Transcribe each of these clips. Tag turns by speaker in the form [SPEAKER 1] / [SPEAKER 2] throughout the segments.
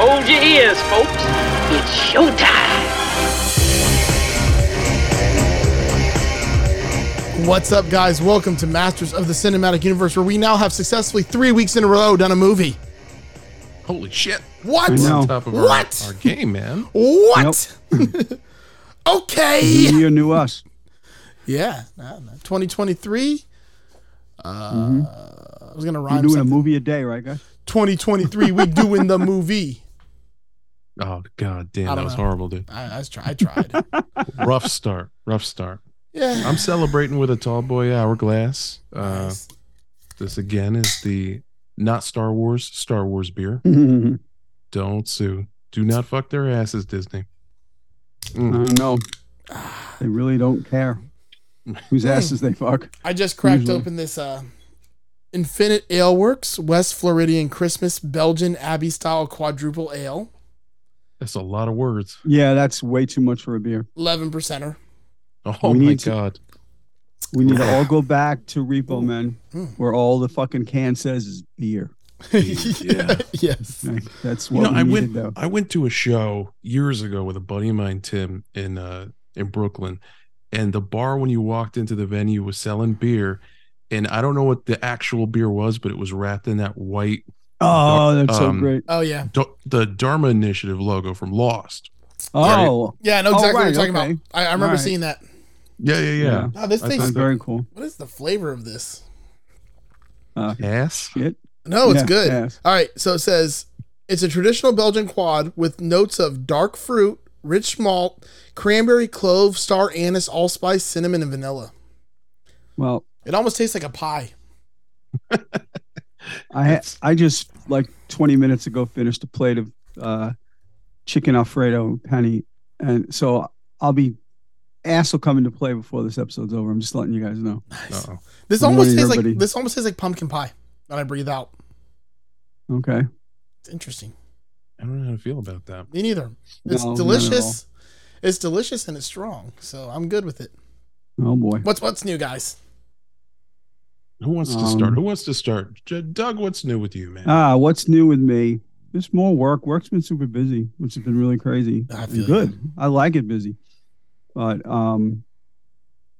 [SPEAKER 1] Hold your ears, folks. It's showtime.
[SPEAKER 2] What's up, guys? Welcome to Masters of the Cinematic Universe, where we now have successfully three weeks in a row done a movie.
[SPEAKER 3] Holy shit.
[SPEAKER 2] What?
[SPEAKER 4] I know.
[SPEAKER 3] Top of
[SPEAKER 2] What?
[SPEAKER 3] Our, our game, man.
[SPEAKER 2] What? okay.
[SPEAKER 4] New year, new us.
[SPEAKER 2] Yeah. I don't know. 2023. Uh, I was gonna
[SPEAKER 4] We're
[SPEAKER 2] rhyme.
[SPEAKER 4] doing a
[SPEAKER 2] something.
[SPEAKER 4] movie a day, right, guys?
[SPEAKER 2] 2023. We doing the movie.
[SPEAKER 3] Oh god damn,
[SPEAKER 2] I
[SPEAKER 3] that
[SPEAKER 2] don't
[SPEAKER 3] was
[SPEAKER 2] know.
[SPEAKER 3] horrible, dude.
[SPEAKER 2] I, I, was try, I tried.
[SPEAKER 3] Rough start. Rough start.
[SPEAKER 2] Yeah.
[SPEAKER 3] I'm celebrating with a tall boy hourglass. Uh
[SPEAKER 2] Nice.
[SPEAKER 3] this again is the not Star Wars, Star Wars beer.
[SPEAKER 4] no,
[SPEAKER 3] Don't sue. Do not fuck their asses, Disney. Mm.
[SPEAKER 4] they really don't care whose
[SPEAKER 3] Hmm.
[SPEAKER 4] asses they fuck.
[SPEAKER 2] I just cracked
[SPEAKER 4] Usually.
[SPEAKER 2] open this uh, Infinite Ale Works West Floridian Christmas Belgian Abbey style quadruple ale,
[SPEAKER 3] That's a lot of words.
[SPEAKER 4] Yeah, that's way too much for a beer.
[SPEAKER 2] 11 percenter.
[SPEAKER 3] Oh
[SPEAKER 4] We
[SPEAKER 3] my
[SPEAKER 4] need to-
[SPEAKER 3] god.
[SPEAKER 4] We need to all go back to Repo Men,
[SPEAKER 3] Hmm.
[SPEAKER 4] where all the fucking can says is beer.
[SPEAKER 3] Yeah.
[SPEAKER 2] yes.
[SPEAKER 4] Like, That's
[SPEAKER 3] You
[SPEAKER 4] what
[SPEAKER 3] know,
[SPEAKER 4] we
[SPEAKER 3] I
[SPEAKER 4] needed,
[SPEAKER 3] went
[SPEAKER 4] though.
[SPEAKER 3] I went to a show years ago with a buddy of mine, Tim, in uh in Brooklyn, and the bar when you walked into the venue was selling beer. And I don't know what the actual beer was, but it was wrapped in that white
[SPEAKER 4] Oh, that's
[SPEAKER 3] Um,
[SPEAKER 4] so great.
[SPEAKER 2] Oh yeah.
[SPEAKER 3] Do- the Dharma Initiative logo from Lost.
[SPEAKER 4] Oh,
[SPEAKER 2] Yeah, I know
[SPEAKER 4] Oh,
[SPEAKER 2] exactly what you're
[SPEAKER 4] right,
[SPEAKER 2] talking
[SPEAKER 4] okay.
[SPEAKER 2] about. I, I remember
[SPEAKER 4] Right.
[SPEAKER 2] seeing that.
[SPEAKER 3] Yeah, yeah, yeah.
[SPEAKER 2] Oh, this
[SPEAKER 3] I
[SPEAKER 2] thing's
[SPEAKER 4] that's
[SPEAKER 3] thought-
[SPEAKER 4] very cool.
[SPEAKER 2] what is the flavor of this?
[SPEAKER 4] Uh,
[SPEAKER 3] Ass.
[SPEAKER 4] shit.
[SPEAKER 3] Oh,
[SPEAKER 2] No, it's
[SPEAKER 4] Yeah,
[SPEAKER 2] good.
[SPEAKER 4] yes.
[SPEAKER 2] All right, so it says it's a traditional Belgian quad with notes of dark fruit, rich malt, cranberry, clove, star anise, allspice, cinnamon, and vanilla.
[SPEAKER 4] Well,
[SPEAKER 2] It almost tastes like a pie.
[SPEAKER 4] I ha- I just like 20 minutes ago finished a plate of uh, chicken alfredo penny, and so I'll be ass will come into play before this episode's over. I'm just letting you guys know.
[SPEAKER 3] Uh-oh.
[SPEAKER 2] This
[SPEAKER 4] Good
[SPEAKER 2] almost
[SPEAKER 4] morning,
[SPEAKER 2] tastes like
[SPEAKER 4] everybody.
[SPEAKER 2] this almost tastes like pumpkin pie when I breathe out.
[SPEAKER 4] Okay.
[SPEAKER 2] It's interesting.
[SPEAKER 3] I don't know how to feel about that.
[SPEAKER 2] Me neither. It's
[SPEAKER 4] No, not at
[SPEAKER 2] delicious. It's delicious and it's strong, so I'm good with it.
[SPEAKER 4] Oh boy.
[SPEAKER 2] What's what's new, guys?
[SPEAKER 3] Who wants to
[SPEAKER 4] Um,
[SPEAKER 3] start? Who wants to start? J- Doug, what's new with you, man?
[SPEAKER 4] Ah, what's new with me? Just more work. Work's been super busy, which has been really crazy.
[SPEAKER 2] I
[SPEAKER 4] And
[SPEAKER 2] feel you.
[SPEAKER 4] good. I like it busy. But um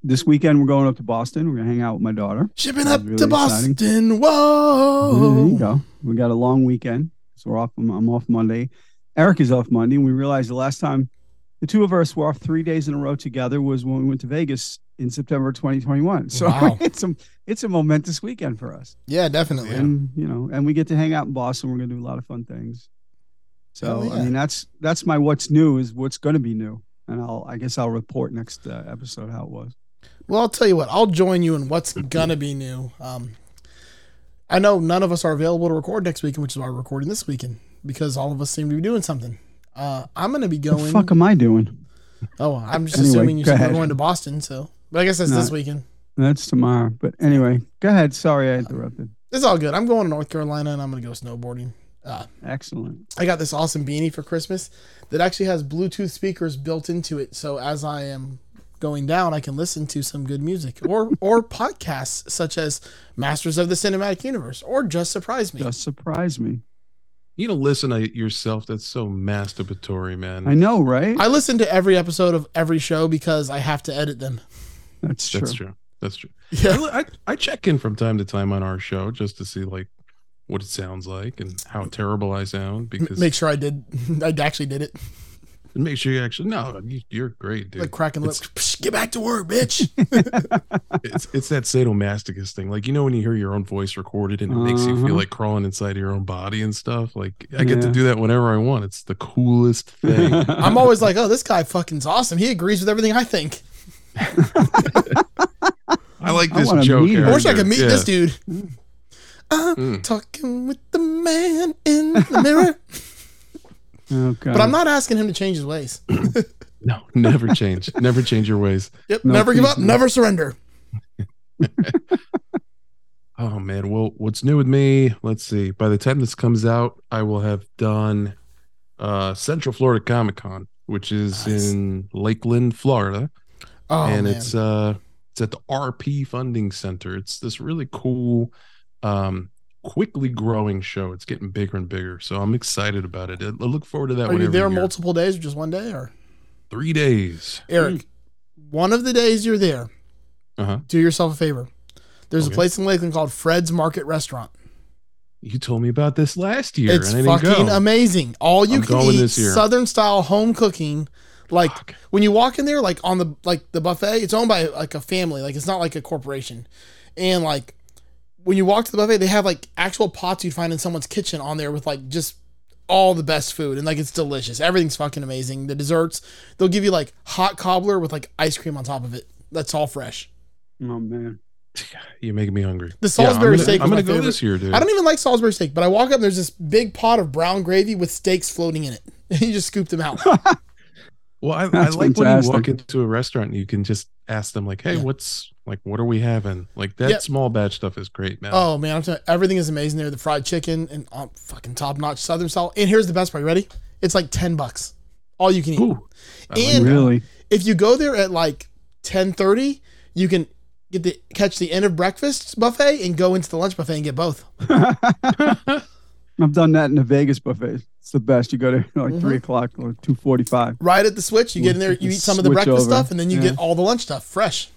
[SPEAKER 4] this weekend we're going up to Boston. We're gonna hang out with my daughter.
[SPEAKER 2] Shipping
[SPEAKER 4] That's
[SPEAKER 2] up
[SPEAKER 4] really
[SPEAKER 2] to
[SPEAKER 4] exciting.
[SPEAKER 2] Boston.
[SPEAKER 4] There you
[SPEAKER 2] Whoa.
[SPEAKER 4] go. We got a long weekend, so we're off. I'm, I'm off Monday. Eric is off Monday, and we realized the last time the two of us were off three days in a row together was when we went to Vegas in September 2021. So
[SPEAKER 2] Wow.
[SPEAKER 4] it's a it's a momentous weekend for us,
[SPEAKER 2] Yeah, definitely.
[SPEAKER 4] and you know, and we get to hang out in Boston. We're gonna do a lot of fun things. So
[SPEAKER 2] Hell yeah.
[SPEAKER 4] I mean, that's that's my what's new is what's gonna be new, and I'll I guess I'll report next uh, episode how it was.
[SPEAKER 2] Well, I'll tell you what. I'll join you in what's gonna be new. Um, I know none of us are available to record next weekend, which is why we're recording this weekend because all of us seem to be doing something. Uh, I'm gonna be
[SPEAKER 4] The
[SPEAKER 2] going.
[SPEAKER 4] fuck am I doing?
[SPEAKER 2] Oh, I'm just
[SPEAKER 4] Anyway,
[SPEAKER 2] assuming you
[SPEAKER 4] go
[SPEAKER 2] said we're
[SPEAKER 4] ahead.
[SPEAKER 2] going to Boston, so. But I guess that's this
[SPEAKER 4] No.
[SPEAKER 2] weekend.
[SPEAKER 4] That's tomorrow. But anyway, go ahead. Sorry I interrupted.
[SPEAKER 2] It's all good. I'm going to North Carolina and I'm gonna go snowboarding. Uh,
[SPEAKER 4] Excellent.
[SPEAKER 2] I got this awesome beanie for Christmas that actually has Bluetooth speakers built into it. So as I am going down, I can listen to some good music or or podcasts such as Masters of the Cinematic Universe or Just Surprise Me.
[SPEAKER 4] Just surprise me.
[SPEAKER 3] You don't listen to yourself. That's so masturbatory, man.
[SPEAKER 4] I know, right?
[SPEAKER 2] I listen to every episode of every show because I have to edit them.
[SPEAKER 4] That's true.
[SPEAKER 3] That's true. That's true. I,
[SPEAKER 2] Yeah.
[SPEAKER 3] li- I, I check in from time to time on our show just to see like what it sounds like and how terrible I sound because
[SPEAKER 2] Make sure I did. I actually did it.
[SPEAKER 3] And make sure you actually no, you, you're great, dude.
[SPEAKER 2] Like cracking lips. Psh, get back to work, bitch.
[SPEAKER 3] it's it's that sadomasochist thing. Like you know when you hear your own voice recorded and it makes you feel
[SPEAKER 4] Uh-huh.
[SPEAKER 3] like crawling inside your own body and stuff. Like I get to
[SPEAKER 4] Yeah.
[SPEAKER 3] do that whenever I want. It's the coolest thing.
[SPEAKER 2] I'm always like, oh, this guy fucking's awesome. He agrees with everything I think.
[SPEAKER 3] I like
[SPEAKER 4] I
[SPEAKER 3] this
[SPEAKER 4] wanna
[SPEAKER 3] joke.
[SPEAKER 4] meet him.
[SPEAKER 2] I wish I could meet
[SPEAKER 3] Yeah.
[SPEAKER 2] this dude. I'm
[SPEAKER 3] Mm.
[SPEAKER 2] talking with the man in the mirror,
[SPEAKER 4] Oh, God.
[SPEAKER 2] but I'm not asking him to change his ways.
[SPEAKER 3] No, never change. never change your ways.
[SPEAKER 2] Yep,
[SPEAKER 4] No,
[SPEAKER 2] never give
[SPEAKER 4] please
[SPEAKER 2] up,
[SPEAKER 4] no.
[SPEAKER 2] never surrender.
[SPEAKER 3] Oh man. Well, what's new with me? Let's see. By the time this comes out, I will have done uh Central Florida Comic Con, which is
[SPEAKER 2] Nice.
[SPEAKER 3] in Lakeland, Florida.
[SPEAKER 2] Oh
[SPEAKER 3] and
[SPEAKER 2] man,
[SPEAKER 3] it's uh it's at the RP Funding Center. It's this really cool, um, quickly growing show. It's getting bigger and bigger, so I'm excited about it. I I look forward to that.
[SPEAKER 2] are
[SPEAKER 3] one
[SPEAKER 2] you
[SPEAKER 3] every
[SPEAKER 2] there
[SPEAKER 3] year.
[SPEAKER 2] multiple days or just one day? Or
[SPEAKER 3] Three days.
[SPEAKER 2] Eric, one of the days you're there,
[SPEAKER 3] Uh-huh.
[SPEAKER 2] do yourself a favor. There's
[SPEAKER 3] Okay.
[SPEAKER 2] a place in Lakeland called Fred's Market Restaurant.
[SPEAKER 3] You told me about this last year,
[SPEAKER 2] it's
[SPEAKER 3] and I didn't
[SPEAKER 2] fucking
[SPEAKER 3] go.
[SPEAKER 2] amazing. All you
[SPEAKER 3] I'm
[SPEAKER 2] can
[SPEAKER 3] going
[SPEAKER 2] eat
[SPEAKER 3] this year.
[SPEAKER 2] Southern style home cooking. Like
[SPEAKER 3] Fuck.
[SPEAKER 2] when you walk in there, like on the like the buffet, it's owned by like a family. Like it's not like a corporation. And like when you walk to the buffet, they have like actual pots you'd find in someone's kitchen on there with like just all the best food and like it's delicious. Everything's fucking amazing. The desserts, they'll give you like hot cobbler with like ice cream on top of it. That's all fresh.
[SPEAKER 4] Oh, man.
[SPEAKER 3] You're making me hungry.
[SPEAKER 2] The
[SPEAKER 3] Yeah, I'm
[SPEAKER 2] Salisbury
[SPEAKER 3] gonna-
[SPEAKER 2] steak
[SPEAKER 3] I'm
[SPEAKER 2] was my
[SPEAKER 3] gonna go
[SPEAKER 2] favorite.
[SPEAKER 3] this year, dude.
[SPEAKER 2] I don't even like Salisbury steak, but I walk up and there's this big pot of brown gravy with steaks floating in it. And you just scoop them out. e-,
[SPEAKER 3] Well, I, I
[SPEAKER 4] That's
[SPEAKER 3] like when you
[SPEAKER 4] fantastic.
[SPEAKER 3] walk into a restaurant and you can just ask them, like, "Hey,
[SPEAKER 2] Yeah.
[SPEAKER 3] what's like, what are we having?" Like that
[SPEAKER 2] Yep.
[SPEAKER 3] small batch stuff is great, man.
[SPEAKER 2] Oh man, I'm telling you, everything is amazing there. The fried chicken and um, fucking top notch Southern style. And here's the best part. You ready? It's like ten bucks, all you can eat.
[SPEAKER 3] Ooh, I like
[SPEAKER 2] And-
[SPEAKER 3] that.
[SPEAKER 4] Really?
[SPEAKER 2] If you go there at like ten thirty, you can get the catch the end of breakfast buffet and go into the lunch buffet and get both.
[SPEAKER 4] I've done that in the Vegas buffet. It's the best. You go to like
[SPEAKER 2] Mhm.
[SPEAKER 4] three o'clock or two forty-five.
[SPEAKER 2] Right at the switch, you get in there, you eat some of the
[SPEAKER 4] Switch
[SPEAKER 2] breakfast
[SPEAKER 4] over.
[SPEAKER 2] stuff, and then you
[SPEAKER 4] Yeah.
[SPEAKER 2] get all the lunch stuff fresh.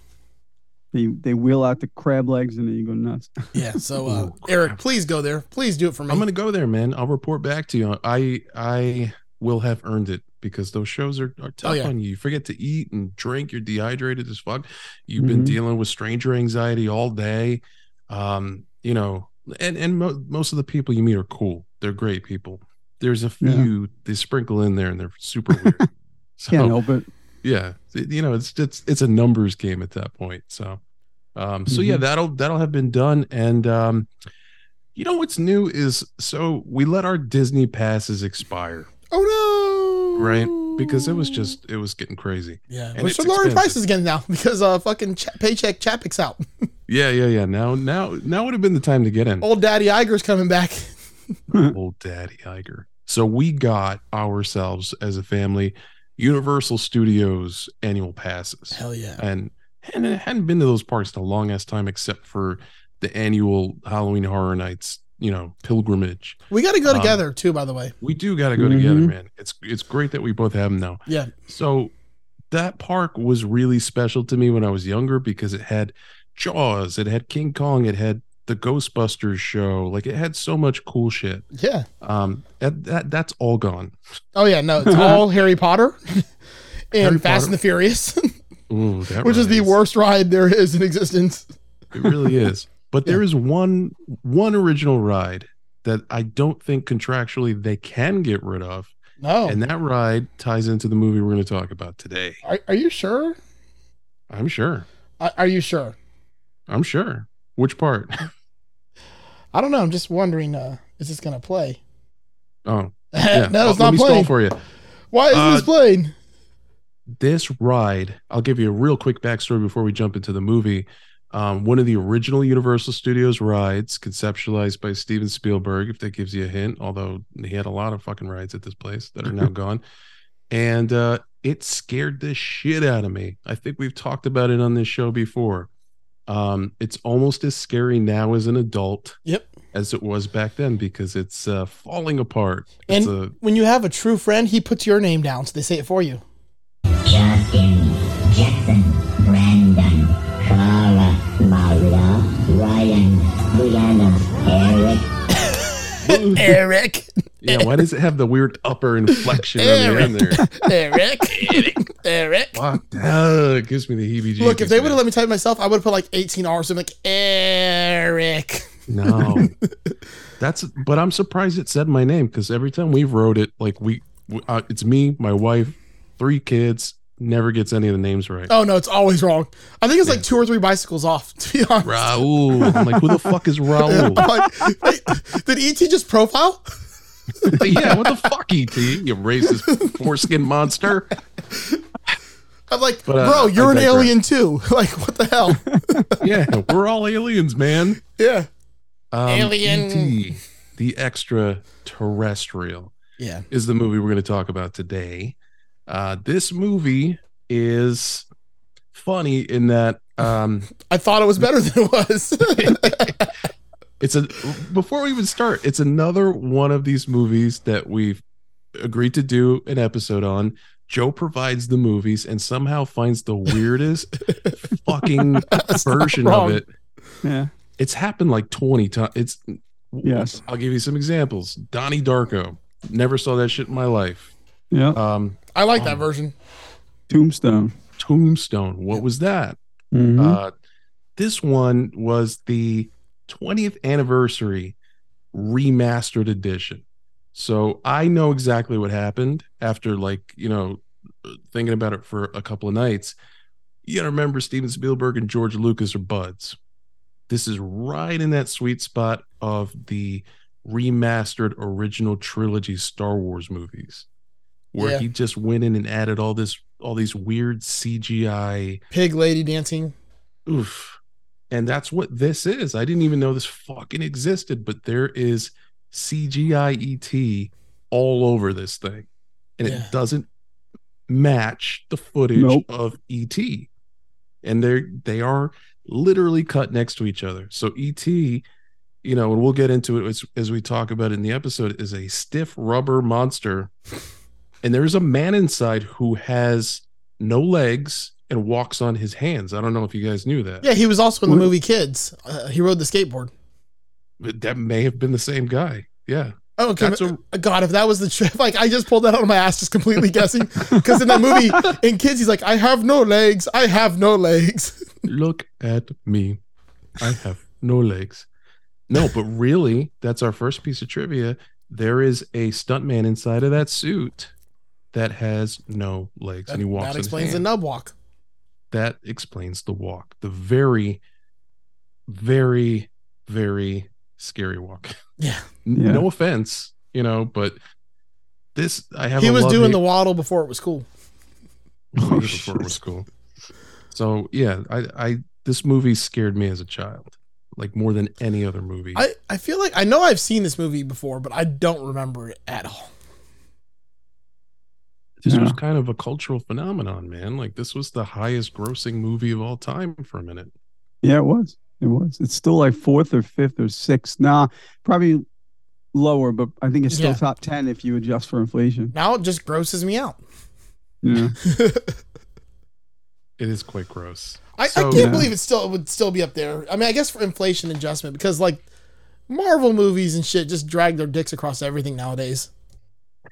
[SPEAKER 4] They they wheel out the crab legs and then you go nuts.
[SPEAKER 2] Yeah. So uh,
[SPEAKER 3] Ooh,
[SPEAKER 2] Eric,
[SPEAKER 3] crap.
[SPEAKER 2] please go there. Please do it for me.
[SPEAKER 3] I'm gonna go there, man. I'll report back to you. I I will have earned it because those shows are, are tough
[SPEAKER 2] Oh, yeah.
[SPEAKER 3] on you. You forget to eat and drink. You're dehydrated as fuck. You've been
[SPEAKER 2] Mm-hmm.
[SPEAKER 4] Mhm.
[SPEAKER 3] dealing with stranger anxiety all day. Um, you know, and and mo- most of the people you meet are cool. They're great people. There's a
[SPEAKER 4] Yeah.
[SPEAKER 3] few they sprinkle in there and they're super weird. so
[SPEAKER 2] Oh.
[SPEAKER 4] Can't help it.
[SPEAKER 3] yeah It- you know it's it's it's a numbers game at that point so um so yeah
[SPEAKER 4] Mhm.
[SPEAKER 3] that'll that'll have been done and um you know what's new is so we let our disney passes expire
[SPEAKER 2] oh no.
[SPEAKER 3] right because it was just it was getting crazy
[SPEAKER 2] Yeah,
[SPEAKER 3] And
[SPEAKER 2] which
[SPEAKER 3] it's
[SPEAKER 2] we're lowering
[SPEAKER 3] expensive.
[SPEAKER 2] prices again now because uh fucking Ch- paycheck Chappick's out.
[SPEAKER 3] yeah yeah yeah now now now would have been the time to get in
[SPEAKER 2] Old Daddy Iger's coming back.
[SPEAKER 3] old daddy Iger. So we got ourselves as a family Universal Studios annual passes.
[SPEAKER 2] Hell yeah.
[SPEAKER 3] and and I hadn't been to those parks in a long ass time, except for the annual Halloween Horror Nights, you know, pilgrimage.
[SPEAKER 2] We got to go
[SPEAKER 3] Um,
[SPEAKER 2] together too, by the way.
[SPEAKER 3] We do got to go together,
[SPEAKER 4] Mhm.
[SPEAKER 3] man. It's it's great that we both have them now.
[SPEAKER 2] Mm-hmm. Yeah.
[SPEAKER 3] So that park was really special to me when I was younger because it had Jaws, it had King Kong, it had the Ghostbusters show, like it had so much cool shit.
[SPEAKER 2] Yeah.
[SPEAKER 3] Um, that, that that's all gone.
[SPEAKER 2] Oh yeah, no, it's all Harry Potter and
[SPEAKER 3] Harry
[SPEAKER 2] Fast
[SPEAKER 3] Potter.
[SPEAKER 2] and the Furious,
[SPEAKER 3] Ooh, that
[SPEAKER 2] which is the
[SPEAKER 3] rides.
[SPEAKER 2] worst ride there is in existence.
[SPEAKER 3] It really is. But
[SPEAKER 2] Yeah.
[SPEAKER 3] there is one one original ride that I don't think contractually they can get rid of,
[SPEAKER 2] No.
[SPEAKER 3] and that ride ties into the movie we're going to talk about today.
[SPEAKER 2] are, are you sure?
[SPEAKER 3] I'm sure.
[SPEAKER 2] Are, are you sure?
[SPEAKER 3] I'm sure. Which part?
[SPEAKER 2] I don't know. I'm just wondering. Uh, is this gonna play?
[SPEAKER 3] Oh, yeah.
[SPEAKER 2] Eh, no, it's
[SPEAKER 3] Oh, let
[SPEAKER 2] not
[SPEAKER 3] me stall
[SPEAKER 2] playing.
[SPEAKER 3] for you.
[SPEAKER 2] Why isn't
[SPEAKER 3] Uh,
[SPEAKER 2] this playing?
[SPEAKER 3] This ride, I'll give you a real quick backstory before we jump into the movie. Um, one of the original Universal Studios rides, conceptualized by Steven Spielberg, if that gives you a hint, although he had a lot of fucking rides at this place that are now gone. And uh, it scared the shit out of me. I think we've talked about it on this show before. Um, it's almost as scary now as an adult
[SPEAKER 2] Yep.
[SPEAKER 3] as it was back then because it's uh, falling apart.
[SPEAKER 2] And
[SPEAKER 3] it's a,
[SPEAKER 2] when you have a true friend, he puts your name down, so they say it for you.
[SPEAKER 5] Justin, Jackson, Brandon, Clara, Maria, Ryan, Brianna, Eric,
[SPEAKER 2] Eric.
[SPEAKER 3] Yeah, why does it have the weird upper inflection on the end there?
[SPEAKER 2] Eric. Eric.
[SPEAKER 3] Fuck, that it gives me the heebie-jeebies.
[SPEAKER 2] Look, if they would have
[SPEAKER 3] man.
[SPEAKER 2] let me type myself, I would have put like 18 hours in like Eric.
[SPEAKER 3] no, that's. But I'm surprised it said my name because every time we wrote it, like we, w- uh, it's me, my wife, three kids, never gets any of the names right.
[SPEAKER 2] Oh no, it's always wrong. I think it's like two or three bicycles off, to be honest.
[SPEAKER 3] Raul, I'm like who the fuck is Raul?
[SPEAKER 2] I'm like, wait, did ET just profile?
[SPEAKER 3] yeah, what the fuck, ET? You racist foreskin monster.
[SPEAKER 2] I'm like,
[SPEAKER 3] But, uh,
[SPEAKER 2] bro, you're
[SPEAKER 3] I
[SPEAKER 2] an
[SPEAKER 3] digress.
[SPEAKER 2] alien too. Like, what the hell?
[SPEAKER 3] Yeah, we're all aliens, man.
[SPEAKER 2] yeah.
[SPEAKER 3] Um,
[SPEAKER 2] Alien.
[SPEAKER 3] ET, the extraterrestrial
[SPEAKER 2] Yeah.
[SPEAKER 3] is the movie we're going to talk about today. Uh, this movie is funny in that um,
[SPEAKER 2] I thought it was better than it was.
[SPEAKER 3] it's a before we even start, it's another one of these movies that we've agreed to do an episode on. Joe provides the movies and somehow finds the weirdest fucking version of
[SPEAKER 2] wrong.
[SPEAKER 3] it.
[SPEAKER 4] Yeah.
[SPEAKER 3] It's happened like 20 times. It's
[SPEAKER 4] Yes.
[SPEAKER 3] I'll give you some examples. Donnie Darko. Never saw that shit in my life.
[SPEAKER 4] Yeah.
[SPEAKER 3] Um,
[SPEAKER 2] I like that version.
[SPEAKER 4] Tombstone.
[SPEAKER 3] Tombstone. What was that?
[SPEAKER 4] Mhm.
[SPEAKER 3] Uh, this one was the 20th anniversary remastered edition. So I know exactly what happened after, like, you know, thinking about it for a couple of nights. You got to remember Steven Spielberg and George Lucas are buds. This is right in that sweet spot of the remastered original trilogy Star Wars movies, where
[SPEAKER 2] Yeah.
[SPEAKER 3] he just went in and added all this, all these weird CGI
[SPEAKER 2] Pig lady dancing.
[SPEAKER 3] Oof. And that's what this is. I didn't even know this fucking existed, but there is CGI ET E all over this thing. And
[SPEAKER 2] Yeah.
[SPEAKER 3] it doesn't match the footage
[SPEAKER 4] Nope.
[SPEAKER 3] of ET. And they're they are literally cut next to each other. So ET, you know, and we'll get into it as, as we talk about it in the episode, is a stiff rubber monster. And there's a man inside who has no legs and walks on his hands. I don't know if you guys knew that.
[SPEAKER 2] Yeah, he was also in the
[SPEAKER 4] What-
[SPEAKER 2] movie Kids. Uh, he rode the skateboard.
[SPEAKER 3] But that may have been the same guy. Yeah.
[SPEAKER 2] Oh, okay.
[SPEAKER 3] That's a-
[SPEAKER 2] God, if that was the trip, like I just pulled that out of my ass, just completely guessing. Because in that movie, in kids, he's like, "I have no legs. I have no legs."
[SPEAKER 3] Look at me. I have no legs. No, but really, that's our first piece of trivia. There is a stuntman inside of that suit that has no legs
[SPEAKER 2] That,
[SPEAKER 3] and he walks
[SPEAKER 2] that
[SPEAKER 3] on his
[SPEAKER 2] explains the
[SPEAKER 3] hands.
[SPEAKER 2] nub walk.
[SPEAKER 3] that explains the walk. The very, very, very scary walk.
[SPEAKER 2] Yeah,
[SPEAKER 3] N-
[SPEAKER 4] Yeah.
[SPEAKER 3] No offense, you know, but this I have.
[SPEAKER 2] he
[SPEAKER 3] a
[SPEAKER 2] was
[SPEAKER 3] love
[SPEAKER 2] doing
[SPEAKER 3] hate-
[SPEAKER 2] the waddle before it was cool.
[SPEAKER 3] Oh, before it was cool. So yeah, I, I this movie scared me as a child, like more than any other movie.
[SPEAKER 2] I I feel like I know I've seen this movie before, but I don't remember it at all.
[SPEAKER 3] this was
[SPEAKER 4] Yeah.
[SPEAKER 3] kind of a cultural phenomenon, man. Like this was the highest grossing movie of all time for a minute.
[SPEAKER 4] Yeah, it was. It was. It's still like fourth or fifth or sixth. Nah, probably lower, but I think it's still
[SPEAKER 2] Yeah.
[SPEAKER 4] top ten if you adjust for inflation.
[SPEAKER 2] Now it just grosses me out.
[SPEAKER 4] Yeah.
[SPEAKER 3] It is quite gross.
[SPEAKER 2] I, I
[SPEAKER 3] So-
[SPEAKER 2] can't
[SPEAKER 4] Yeah.
[SPEAKER 2] believe it still it would still be up there. I mean, I guess for inflation adjustment, because like Marvel movies and shit just drag their dicks across everything nowadays.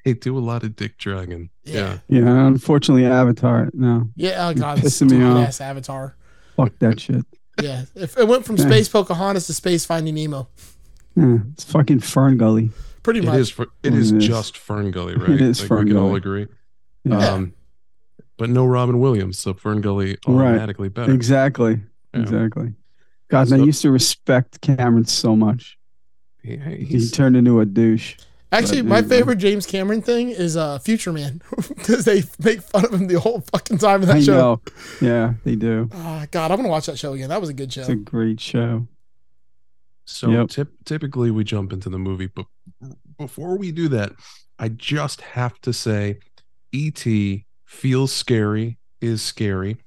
[SPEAKER 3] They do a lot of dick dragging.
[SPEAKER 2] Yeah.
[SPEAKER 4] yeah. Unfortunately, Avatar. No,
[SPEAKER 2] Yeah, oh
[SPEAKER 4] You're
[SPEAKER 2] god, this
[SPEAKER 4] pissing me
[SPEAKER 2] stupid
[SPEAKER 4] off.
[SPEAKER 2] ass Avatar.
[SPEAKER 4] fuck that shit.
[SPEAKER 2] Yeah, if it went from
[SPEAKER 4] Yeah.
[SPEAKER 2] Space Pocahontas to Space Finding Nemo,
[SPEAKER 4] Yeah, it's fucking Fern Gully.
[SPEAKER 2] pretty
[SPEAKER 3] It
[SPEAKER 2] much.
[SPEAKER 3] is for it is
[SPEAKER 4] It is.
[SPEAKER 3] just Fern Gully, right?
[SPEAKER 4] is
[SPEAKER 3] we can all
[SPEAKER 4] Ferngully.
[SPEAKER 3] agree.
[SPEAKER 4] Yeah.
[SPEAKER 2] Oh,
[SPEAKER 3] Um but no Robin Williams, so Fern Gully
[SPEAKER 4] Right.
[SPEAKER 3] automatically better.
[SPEAKER 4] Exactly.
[SPEAKER 3] Yeah.
[SPEAKER 4] Exactly. God, and
[SPEAKER 3] So-
[SPEAKER 4] I used to respect Cameron so much.
[SPEAKER 3] He-
[SPEAKER 4] He
[SPEAKER 3] he's-
[SPEAKER 4] turned into a douche.
[SPEAKER 2] Actually,
[SPEAKER 4] but
[SPEAKER 2] my
[SPEAKER 4] anyway.
[SPEAKER 2] favorite James Cameron thing is uh, Future Man because they make fun of him the whole fucking time in that
[SPEAKER 4] I
[SPEAKER 2] show.
[SPEAKER 4] know. Yeah, they do.
[SPEAKER 2] Ah, God, I'm gonna watch that show again. That was a good show.
[SPEAKER 4] It's a great show.
[SPEAKER 3] So
[SPEAKER 4] Yep.
[SPEAKER 3] typ- typically we jump into the movie, but before we do that, I just have to say E.T. feels scary, is scary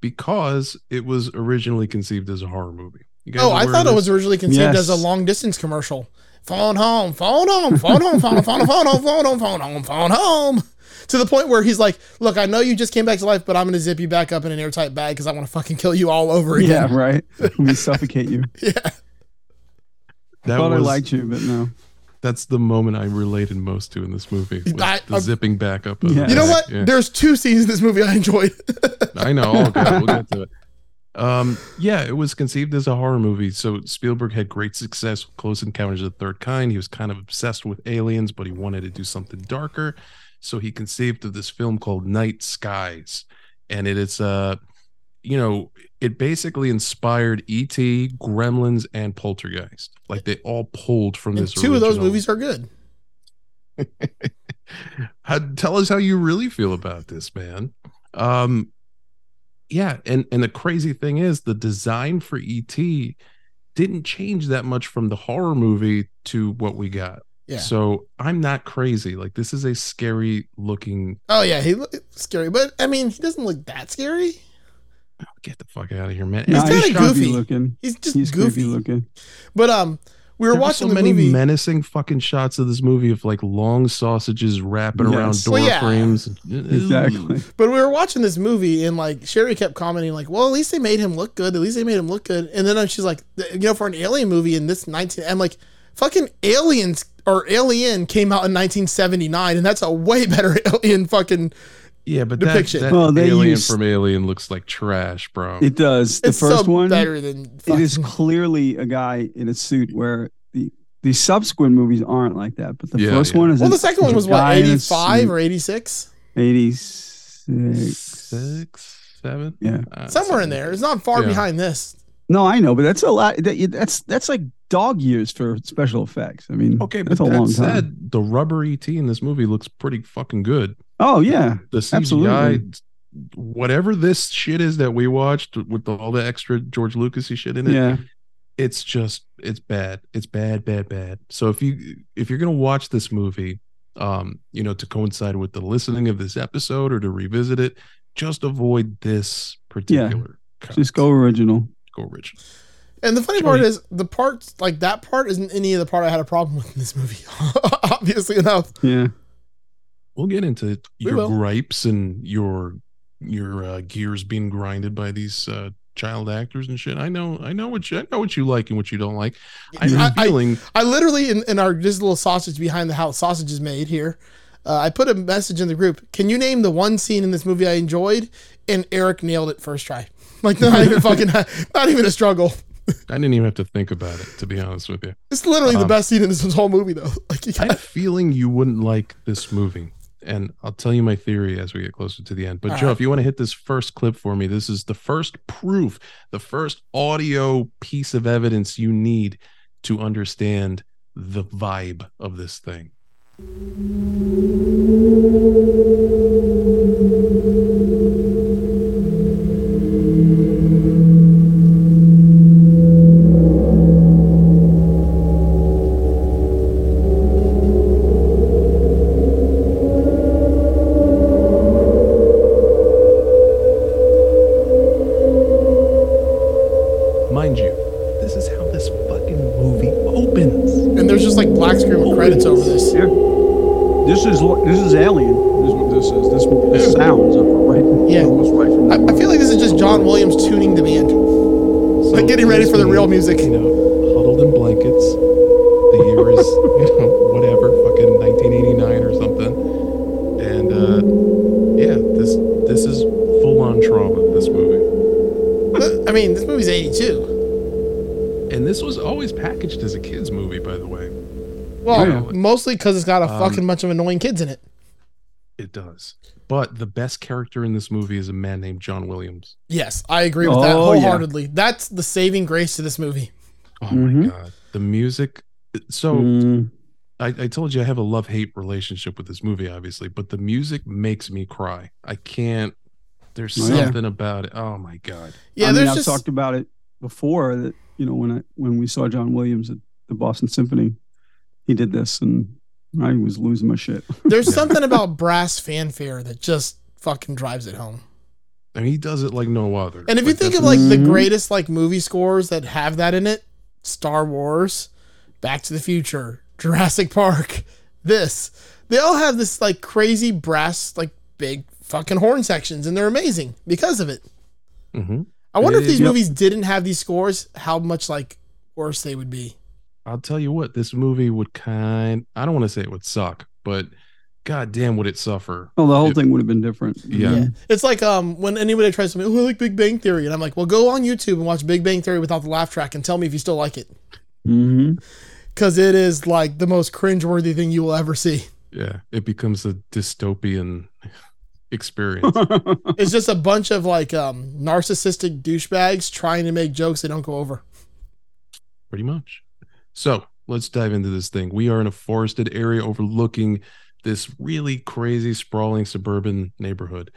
[SPEAKER 3] because it was originally conceived as a horror movie. You guys
[SPEAKER 2] oh, I
[SPEAKER 3] aware
[SPEAKER 2] thought
[SPEAKER 3] of this?
[SPEAKER 2] it was originally conceived
[SPEAKER 4] Yes.
[SPEAKER 2] as a long distance commercial. Phone home, phone home, phone home, phone home, phone home, phone home, phone home, phone home, phone home. To the point where he's like, "Look, I know you just came back to life, but I'm gonna zip you back up in an airtight bag because I want to fucking kill you all over again."
[SPEAKER 4] Yeah, right. We suffocate you.
[SPEAKER 2] Yeah.
[SPEAKER 3] that
[SPEAKER 4] Thought I
[SPEAKER 3] was
[SPEAKER 4] liked you, but no.
[SPEAKER 3] That's the moment I related most to in this movie. was
[SPEAKER 2] I-
[SPEAKER 3] the
[SPEAKER 2] I-
[SPEAKER 3] zipping back up. of
[SPEAKER 4] Yeah.
[SPEAKER 3] the
[SPEAKER 2] You know
[SPEAKER 3] back.
[SPEAKER 2] what?
[SPEAKER 3] Yeah.
[SPEAKER 2] There's two scenes in this movie I enjoyed.
[SPEAKER 3] I know. All good. We'll get to it. Um, yeah, it was conceived as a horror movie. So Spielberg had great success with Close Encounters of the Third Kind. He was kind of obsessed with aliens, but he wanted to do something darker. So he conceived of this film called Night Skies. And it is, uh, you know, it basically inspired E.T., Gremlins, and Poltergeist. Like they all pulled from
[SPEAKER 2] And
[SPEAKER 3] this.
[SPEAKER 2] two of those
[SPEAKER 3] original-
[SPEAKER 2] movies are good.
[SPEAKER 3] how, tell us how you really feel about this man um yeah and and the crazy thing is the design for et didn't change that much from the horror movie to what we got
[SPEAKER 2] Yeah.
[SPEAKER 3] so i'm not crazy like this is a scary looking
[SPEAKER 2] Oh yeah, he looked scary, but I mean, he doesn't look that scary.
[SPEAKER 3] get the fuck out of here man
[SPEAKER 2] He's
[SPEAKER 3] And
[SPEAKER 4] Nah,
[SPEAKER 3] there's
[SPEAKER 2] kinda
[SPEAKER 3] gotta be-
[SPEAKER 4] creepy
[SPEAKER 2] goofy.
[SPEAKER 4] looking.
[SPEAKER 2] He's just
[SPEAKER 4] He's
[SPEAKER 2] goofy.
[SPEAKER 4] creepy looking.
[SPEAKER 2] But um, we were
[SPEAKER 3] there were
[SPEAKER 2] watching
[SPEAKER 3] so
[SPEAKER 2] the
[SPEAKER 3] many
[SPEAKER 2] movie.
[SPEAKER 3] menacing fucking shots of this movie of like long sausages wrapping around
[SPEAKER 4] Yes.
[SPEAKER 3] door
[SPEAKER 2] Well, yeah.
[SPEAKER 3] frames
[SPEAKER 4] Exactly.
[SPEAKER 2] But we were watching this movie, and like Sherry kept commenting, like, "Well, at least they made him look good. At least they made him look good." And then uh, she's like, "You know, for an alien movie in this 19, I'm like, fucking aliens or Alien came out in 1979, and that's a way better alien fucking.
[SPEAKER 3] Yeah, but that,
[SPEAKER 2] depiction.
[SPEAKER 3] that
[SPEAKER 4] Well, they
[SPEAKER 3] alien
[SPEAKER 4] used-
[SPEAKER 3] from Alien looks like trash, bro.
[SPEAKER 4] It does. The
[SPEAKER 2] it's
[SPEAKER 4] first
[SPEAKER 2] so
[SPEAKER 4] one.
[SPEAKER 2] better than
[SPEAKER 4] it is
[SPEAKER 2] fucking-
[SPEAKER 4] clearly a guy in a suit where the the subsequent movies aren't like that, but the
[SPEAKER 3] Yeah,
[SPEAKER 4] first
[SPEAKER 3] yeah.
[SPEAKER 4] one is
[SPEAKER 2] Well,
[SPEAKER 4] a-
[SPEAKER 2] the second one
[SPEAKER 4] a
[SPEAKER 2] was what
[SPEAKER 4] guy in a
[SPEAKER 2] 85
[SPEAKER 4] suit.
[SPEAKER 2] or 86,
[SPEAKER 4] 86.
[SPEAKER 3] Six, seven,
[SPEAKER 4] Yeah.
[SPEAKER 3] Uh,
[SPEAKER 2] somewhere
[SPEAKER 3] something
[SPEAKER 2] in there.
[SPEAKER 3] like
[SPEAKER 2] It's not far
[SPEAKER 3] Yeah.
[SPEAKER 2] behind this.
[SPEAKER 4] No, I know, but that's a lot. That, that's that's like dog years for special effects. I mean,
[SPEAKER 3] that. Okay, but
[SPEAKER 4] that's
[SPEAKER 3] that
[SPEAKER 4] a long
[SPEAKER 3] said,
[SPEAKER 4] time.
[SPEAKER 3] the rubber ET in this movie looks pretty fucking good.
[SPEAKER 4] Oh yeah,
[SPEAKER 3] The CGI,
[SPEAKER 4] Absolutely.
[SPEAKER 3] whatever this shit is that we watched with all the extra George Lucasy shit in it,
[SPEAKER 4] yeah.
[SPEAKER 3] it's just it's bad it's bad bad bad so if you if you're gonna watch this movie um you know to coincide with the listening of this episode or to revisit it just avoid this particular cut.
[SPEAKER 4] Just go original.
[SPEAKER 3] go rich
[SPEAKER 2] And the funny
[SPEAKER 3] Sure.
[SPEAKER 2] part is the parts like that part isn't any of the part I had a problem with in this movie. Obviously enough.
[SPEAKER 4] Yeah.
[SPEAKER 3] we'll get into your
[SPEAKER 2] will.
[SPEAKER 3] gripes and your your uh, gears being grinded by these uh child actors and shit i know i know what you i know what you like and what you don't like i
[SPEAKER 2] I-
[SPEAKER 3] have a
[SPEAKER 2] I-
[SPEAKER 3] feeling
[SPEAKER 2] I literally in, in our this little sausage behind the house sausage is made here. Uh, I put a message in the group. Can you name the one scene in this movie I enjoyed? And Eric nailed it first try. Like not even fucking not even a struggle.
[SPEAKER 3] I didn't even have to think about it to be honest with you
[SPEAKER 2] It's literally
[SPEAKER 4] Uh-huh.
[SPEAKER 2] the
[SPEAKER 3] Um,
[SPEAKER 2] best scene in this whole movie though. Like you
[SPEAKER 3] I had a
[SPEAKER 2] got
[SPEAKER 3] feeling you wouldn't like this movie. And I'll tell you my theory as we get closer to the end. But
[SPEAKER 2] All
[SPEAKER 3] Joe,
[SPEAKER 2] right.
[SPEAKER 3] if you want to hit this first clip for me, this is the first proof, the first audio piece of evidence you need to understand the vibe of this thing. Mind you, this is how this fucking movie opens.
[SPEAKER 2] and there's just like black screen with credits over this.
[SPEAKER 4] Yeah. This is what- this is alien. This is what this is. This this sounds up right.
[SPEAKER 2] Yeah.
[SPEAKER 4] Almost right from
[SPEAKER 2] I, I feel like this is just John Williams tuning the band.
[SPEAKER 3] So
[SPEAKER 2] Like getting ready for the real music.
[SPEAKER 3] You know, huddled in blankets. The year is, you know, whatever, fucking 1989 or something. And uh, yeah, this this is full on trauma. This movie,
[SPEAKER 2] I mean, this movie's 82.
[SPEAKER 3] and this was always packaged as a kids movie, by the way.
[SPEAKER 2] Well,
[SPEAKER 4] Yeah.
[SPEAKER 2] mostly because it's got a
[SPEAKER 3] Um,
[SPEAKER 2] fucking bunch of annoying kids in it.
[SPEAKER 3] It does. But the best character in this movie is a man named John Williams.
[SPEAKER 2] Yes, I agree with that
[SPEAKER 4] Oh, yeah.
[SPEAKER 2] wholeheartedly. That's the saving grace to this movie.
[SPEAKER 3] Oh my
[SPEAKER 2] Mm-hmm.
[SPEAKER 4] Mhm.
[SPEAKER 3] god, the music. So
[SPEAKER 4] Mm,
[SPEAKER 3] I, I told you I have a love hate relationship with this movie, obviously, but the music makes me cry. I can't. There's
[SPEAKER 4] Oh, yeah.
[SPEAKER 3] something about it. Oh my god.
[SPEAKER 2] Yeah,
[SPEAKER 4] I mean,
[SPEAKER 2] there's
[SPEAKER 4] I've
[SPEAKER 2] just
[SPEAKER 4] talked about it before that you know when I when we saw John Williams at the Boston Symphony, he did this and I was losing my shit.
[SPEAKER 2] there's
[SPEAKER 3] Yeah.
[SPEAKER 2] something about brass fanfare that just fucking drives it home.
[SPEAKER 3] I mean, he does it like no other.
[SPEAKER 2] And if you
[SPEAKER 3] Like,
[SPEAKER 2] think
[SPEAKER 3] that's-
[SPEAKER 2] of like the
[SPEAKER 4] Mhm.
[SPEAKER 2] greatest like movie scores that have that in it, Star Wars, Back to the Future, Jurassic Park, this, they all have this like crazy brass like big fucking horn sections, and they're amazing because of it.
[SPEAKER 3] Mhm.
[SPEAKER 2] I wonder if
[SPEAKER 3] Yeah,
[SPEAKER 2] these
[SPEAKER 4] yeah.
[SPEAKER 2] movies didn't have these scores, how much like worse they would be.
[SPEAKER 3] I'll tell you what, this movie would kind I don't want to say it would suck, but goddamn would it suffer.
[SPEAKER 4] Oh, the whole
[SPEAKER 3] It-
[SPEAKER 4] thing would have been different.
[SPEAKER 3] Yeah.
[SPEAKER 2] It's like um when anybody tries to make, oh, I like Big Bang Theory, and I'm like, well, go on YouTube and watch Big Bang Theory without the laugh track and tell me if you still like it.
[SPEAKER 4] Mm-hmm.
[SPEAKER 2] Because it is like the most cringeworthy thing you will ever see.
[SPEAKER 3] Yeah. It becomes a dystopian experience.
[SPEAKER 2] It's just a bunch of like um, narcissistic douchebags trying to make jokes they don't go over.
[SPEAKER 3] pretty much. So let's dive into this thing. We are in a forested area overlooking this really crazy, sprawling suburban neighborhood.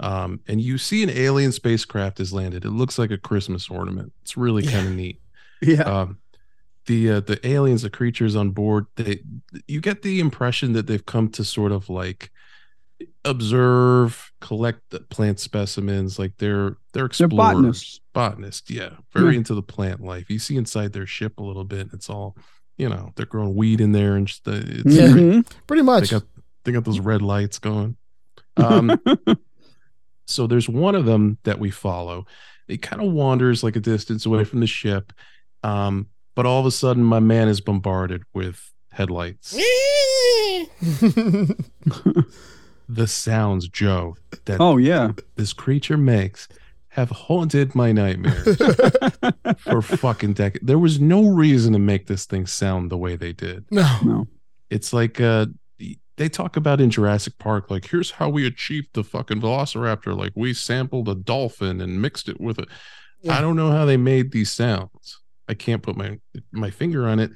[SPEAKER 3] Um, and you see an alien spacecraft has landed. It looks like a Christmas ornament. It's really
[SPEAKER 2] Yeah.
[SPEAKER 3] kind of neat.
[SPEAKER 4] yeah.
[SPEAKER 3] Um, the uh, the aliens, the creatures on board, they you get the impression that they've come to sort of like observe, collect the plant specimens. Like they're they're
[SPEAKER 4] They're
[SPEAKER 3] explorers
[SPEAKER 4] botanists.
[SPEAKER 3] botanist yeah very
[SPEAKER 4] Yeah.
[SPEAKER 3] into the plant life you see inside their ship a little bit it's all you know they're growing weed in there and just the, it's
[SPEAKER 2] Yeah.
[SPEAKER 3] great.
[SPEAKER 4] Mhm.
[SPEAKER 2] Pretty
[SPEAKER 3] they
[SPEAKER 2] much.
[SPEAKER 3] got they got those red lights going um so there's one of them that we follow it kind of wanders like a distance away from the ship um but all of a sudden my man is bombarded with headlights the sounds joe that
[SPEAKER 4] oh yeah.
[SPEAKER 3] this creature makes have haunted my nightmares for fucking decades. There was no reason to make this thing sound the way they did.
[SPEAKER 2] no.
[SPEAKER 4] No.
[SPEAKER 3] It's like uh they talk about in Jurassic Park, like here's how we achieved the fucking Velociraptor. Like we sampled a dolphin and mixed it with it.
[SPEAKER 2] Yeah.
[SPEAKER 3] I don't know how they made these sounds. I can't put my my finger on it.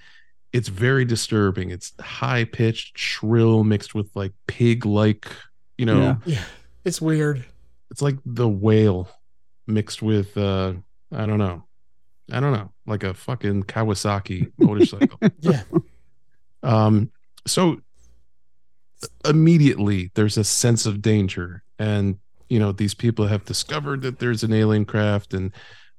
[SPEAKER 3] It's very disturbing. It's high pitched, shrill, mixed with like pig like, you know,
[SPEAKER 4] Yeah.
[SPEAKER 2] It's weird.
[SPEAKER 3] it's like the whale mixed with uh I don't know. I don't know, like a fucking Kawasaki motorcycle.
[SPEAKER 2] Yeah.
[SPEAKER 3] Um so immediately there's a sense of danger and you know these people have discovered that there's an alien craft and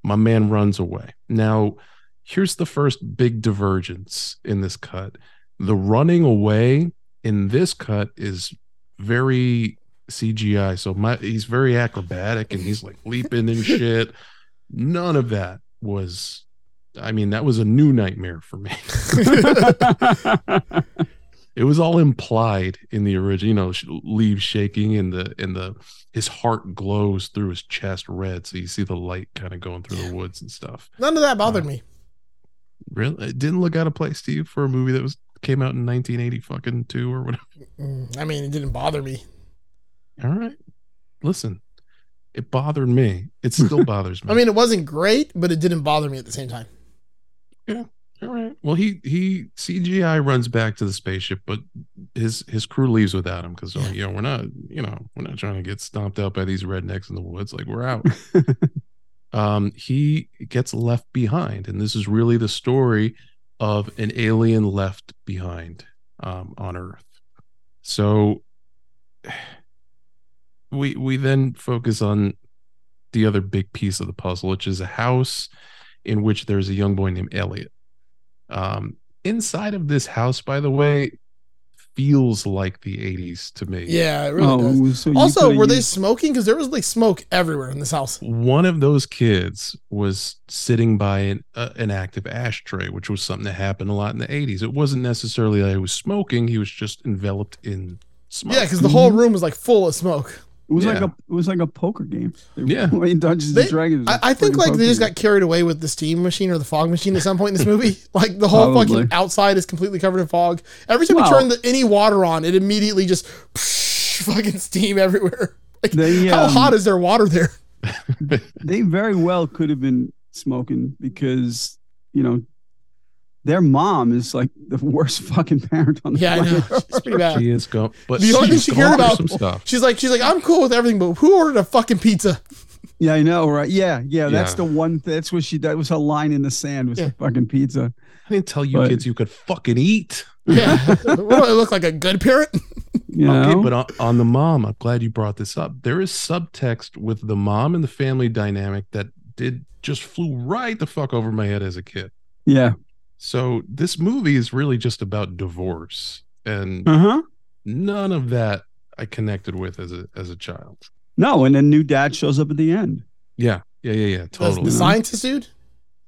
[SPEAKER 3] my man runs away. Now here's the first big divergence in this cut. The running away in this cut is very CGI. So my he's very acrobatic and he's like leaping and shit. None of that was I mean, that was a new nightmare for me. It was all implied in the original, you know, sh- leaves shaking and the and the his heart glows through his chest red. So you see the light kind of going through the woods and stuff.
[SPEAKER 2] None of that bothered me.
[SPEAKER 3] Really it didn't look out of place to you for a movie that was came out in nineteen eighty fucking two or whatever.
[SPEAKER 2] Mm, I mean, it didn't bother me.
[SPEAKER 3] All right. Listen, it bothered me. It still bothers me.
[SPEAKER 2] I mean, it wasn't great, but it didn't bother me at the same time.
[SPEAKER 3] All right. Well, he he CGI runs back to the spaceship, but his his crew leaves without him because
[SPEAKER 2] Yeah.
[SPEAKER 3] you know we're not you know we're not trying to get stomped out by these rednecks in the woods. Like we're out. um, he gets left behind, and this is really the story of an alien left behind um, on Earth. So we we then focus on the other big piece of the puzzle, which is a house in which there's a young boy named Elliot. Um, inside of this house, by the way, feels like the 80s to me.
[SPEAKER 2] Yeah, it really does.
[SPEAKER 4] oh, so you
[SPEAKER 2] Also,
[SPEAKER 4] coulda
[SPEAKER 2] were they
[SPEAKER 4] used-
[SPEAKER 2] smoking? Because there was like smoke everywhere in this house.
[SPEAKER 3] One of those kids was sitting by an, uh, an active ashtray, which was something that happened a lot in the 80s. It wasn't necessarily that he was smoking, he was just enveloped in smoke.
[SPEAKER 2] Yeah, because the
[SPEAKER 4] Mm-hmm.
[SPEAKER 2] whole room was like full of smoke.
[SPEAKER 4] It was like
[SPEAKER 3] Yeah.
[SPEAKER 4] a it was like a poker game. They were
[SPEAKER 3] Yeah.
[SPEAKER 4] playing Dungeons
[SPEAKER 2] They-
[SPEAKER 4] and Dragons.
[SPEAKER 2] I, I think
[SPEAKER 4] Fucking
[SPEAKER 2] like they
[SPEAKER 4] poker
[SPEAKER 2] just
[SPEAKER 4] game.
[SPEAKER 2] got carried away with the steam machine or the fog machine at some point in this movie. like the whole
[SPEAKER 4] Probably.
[SPEAKER 2] fucking outside is completely covered in fog. Every time
[SPEAKER 4] Well-
[SPEAKER 2] we turn the, any water on, it immediately just fucking steam everywhere. Like,
[SPEAKER 4] They,
[SPEAKER 2] how
[SPEAKER 4] um,
[SPEAKER 2] hot is there water there?
[SPEAKER 4] They very well could have been smoking because you know their mom is like the worst fucking parent on the
[SPEAKER 2] Yeah, I know.
[SPEAKER 4] planet.
[SPEAKER 2] It's pretty bad.
[SPEAKER 3] She is gone, but
[SPEAKER 2] The only thing
[SPEAKER 3] she's
[SPEAKER 2] she
[SPEAKER 3] gone
[SPEAKER 2] cared
[SPEAKER 3] through
[SPEAKER 2] about-
[SPEAKER 3] some stuff.
[SPEAKER 2] She's like, she's like, I'm cool with everything, but who ordered a fucking pizza?
[SPEAKER 4] Yeah, I know, right? Yeah, yeah. That's
[SPEAKER 3] Yeah.
[SPEAKER 4] the one. That's what she. That was her line in the sand was
[SPEAKER 2] Yeah.
[SPEAKER 4] the fucking pizza.
[SPEAKER 3] I didn't tell you
[SPEAKER 4] But-
[SPEAKER 3] kids you could fucking eat.
[SPEAKER 2] Yeah, what do I look like a good parent?
[SPEAKER 4] You
[SPEAKER 3] Okay,
[SPEAKER 4] know?
[SPEAKER 3] but on, on the mom, I'm glad you brought this up. There is subtext with the mom and the family dynamic that did just flew right the fuck over my head as a kid.
[SPEAKER 4] yeah.
[SPEAKER 3] So this movie is really just about divorce, and
[SPEAKER 4] Uh
[SPEAKER 2] Uh-huh.
[SPEAKER 4] huh.
[SPEAKER 3] none of that I connected with as a as a child.
[SPEAKER 4] No, and then new dad shows up at the end.
[SPEAKER 3] Yeah, yeah, yeah, yeah.
[SPEAKER 2] The- The
[SPEAKER 3] Totally.
[SPEAKER 4] not-
[SPEAKER 2] scientist dude.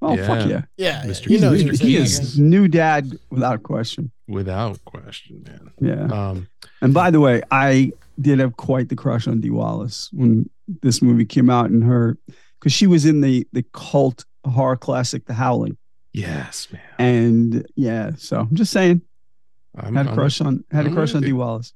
[SPEAKER 4] Oh fuck
[SPEAKER 3] Yeah.
[SPEAKER 4] yeah!
[SPEAKER 2] Yeah, yeah,
[SPEAKER 3] Mr.
[SPEAKER 2] you know
[SPEAKER 3] Mr.
[SPEAKER 2] you're
[SPEAKER 4] He
[SPEAKER 2] saying
[SPEAKER 4] is new dad without question.
[SPEAKER 3] without question, man.
[SPEAKER 4] Yeah.
[SPEAKER 3] Um,
[SPEAKER 4] And by the way, I did have quite the crush on Dee Wallace when this movie came out, and her because she was in the the cult horror classic The Howling,
[SPEAKER 3] yes, man.
[SPEAKER 4] and yeah, so I'm just saying,
[SPEAKER 3] I'm,
[SPEAKER 4] had a
[SPEAKER 3] I'm-
[SPEAKER 4] crush on had a
[SPEAKER 3] I'm
[SPEAKER 4] crush
[SPEAKER 3] with
[SPEAKER 4] on
[SPEAKER 3] you.
[SPEAKER 4] Dee Wallace.